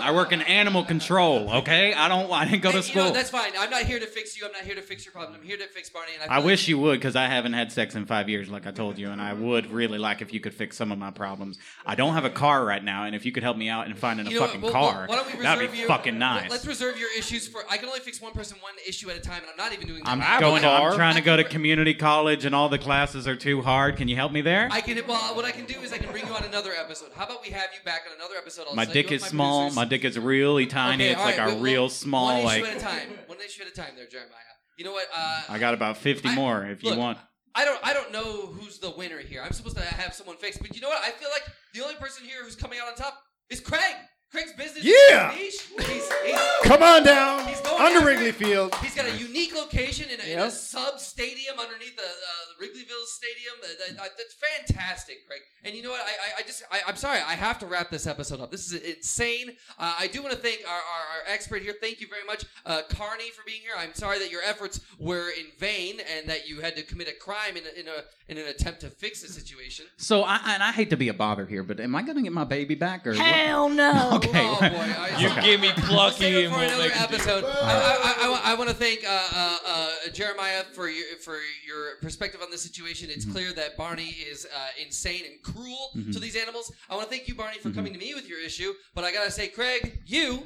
Speaker 3: I work in animal control. Okay, I don't. I didn't go to
Speaker 1: Hey, You know,
Speaker 3: school.
Speaker 1: that's fine. I'm not here to fix you. I'm not here to fix your problem. I'm here to fix Barney. And I,
Speaker 3: <laughs> I
Speaker 1: feel
Speaker 3: wish you would, because I haven't had sex in five years, like I told you, and I would really like if you could fix some of my problems. I don't have a car right now, and if you could help me out and finding
Speaker 1: like-
Speaker 3: a
Speaker 1: you know what,
Speaker 3: fucking
Speaker 1: well, well,
Speaker 3: car,
Speaker 1: why don't we reserve
Speaker 3: that'd be
Speaker 1: you,
Speaker 3: fucking
Speaker 1: well,
Speaker 3: nice.
Speaker 1: Let's reserve your issues for. I can only fix one person, one issue at a time, and I'm not even doing that.
Speaker 3: I'm
Speaker 1: I have a
Speaker 3: going.
Speaker 1: car.
Speaker 3: I'm trying to
Speaker 1: <laughs>
Speaker 3: go to community college, and all the classes are too hard. Can you help me there?
Speaker 1: I can. Well, what I can do is I can bring you on another episode. How about we have you back on another episode? I'll
Speaker 3: my
Speaker 1: set you
Speaker 3: dick
Speaker 1: up
Speaker 3: is
Speaker 1: with
Speaker 3: small.
Speaker 1: producers.
Speaker 3: My dick is really tiny.
Speaker 1: Okay,
Speaker 3: it's
Speaker 1: all
Speaker 3: like
Speaker 1: right,
Speaker 3: a
Speaker 1: well,
Speaker 3: real
Speaker 1: One
Speaker 3: small,
Speaker 1: issue
Speaker 3: like
Speaker 1: at a time. One one issue at a time there, Jeremiah. You know what? Uh,
Speaker 3: I got about 50
Speaker 1: I-
Speaker 3: more if you
Speaker 1: look,
Speaker 3: want.
Speaker 1: I don't I don't know who's the winner here. I'm supposed to have someone fix, but you know what? I feel like the only person here who's coming out on top is Craig. Craig's business
Speaker 4: Yeah!
Speaker 1: is niche. He's, he's,
Speaker 4: Come on down
Speaker 1: He's going
Speaker 4: under
Speaker 1: after
Speaker 4: Wrigley
Speaker 1: it.
Speaker 4: Field.
Speaker 1: He's got a unique location in a, in a
Speaker 4: Yep.
Speaker 1: sub stadium underneath the uh, Wrigleyville Stadium. Uh, that- uh, that's fantastic, Craig. And you know what? I, I, I just I, I'm sorry. I have to wrap this episode up. This is insane. Uh, I do want to thank our, our, our expert here. Thank you very much, uh, Carney, for being here. I'm sorry that your efforts were in vain and that you had to commit a crime in a, in a in an attempt to fix the situation.
Speaker 3: So I and I hate to be a bother here, but am I going to get my baby back or what?
Speaker 6: Hell no.
Speaker 3: <laughs> Okay.
Speaker 1: Oh boy!
Speaker 3: <laughs>
Speaker 1: I,
Speaker 2: You
Speaker 1: <laughs>
Speaker 3: Okay.
Speaker 2: give me
Speaker 1: We'll save
Speaker 2: plucky
Speaker 1: it
Speaker 2: and
Speaker 1: for
Speaker 2: we'll
Speaker 1: another
Speaker 2: make a deal.
Speaker 1: episode. I, I, I, want to thank uh, uh, uh, Jeremiah for your for your perspective on this situation.
Speaker 3: Mm-hmm.
Speaker 1: It's clear that Barney is uh, insane and cruel to these animals. I want to thank you, Barney,
Speaker 3: Mm-hmm.
Speaker 1: for coming to me with your issue. But I gotta say, Craig, you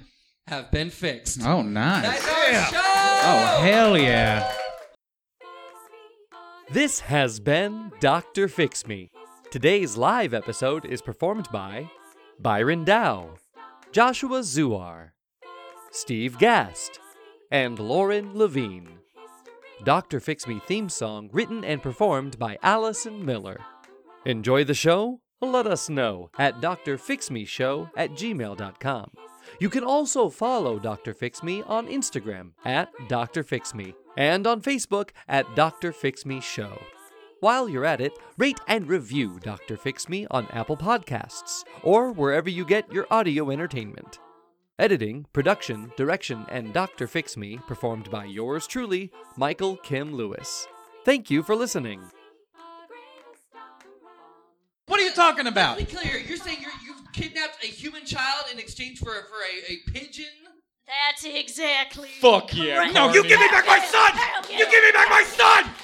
Speaker 1: have been fixed.
Speaker 3: Oh, nice.
Speaker 1: That's our
Speaker 4: Yeah.
Speaker 1: show.
Speaker 3: Oh, hell yeah.
Speaker 7: This has been Dr. Fix Me. Today's live episode is performed by Byron Dow, Joshua Zuar, Steve Gast, and Lauren Levine. Dr. Fix Me theme song written and performed by Allison Miller. Enjoy the show? Let us know at drfixmeshow at gmail.com. You can also follow Dr. Fix Me on Instagram at Dr. Fix Me and on Facebook at Dr. Fix Me Show. While you're at it, rate and review Dr. Fix Me on Apple Podcasts or wherever you get your audio entertainment. Editing, production, direction, and Dr. Fix Me performed by yours truly, Michael Kim Lewis. Thank you for listening.
Speaker 3: What are you talking about?
Speaker 1: Let me be clear. You're saying you're, you've kidnapped a human child in exchange for a- for a, a pigeon.
Speaker 6: That's exactly.
Speaker 2: Fuck yeah,
Speaker 6: correct.
Speaker 2: No, you give me
Speaker 6: back my son! You give me back my son!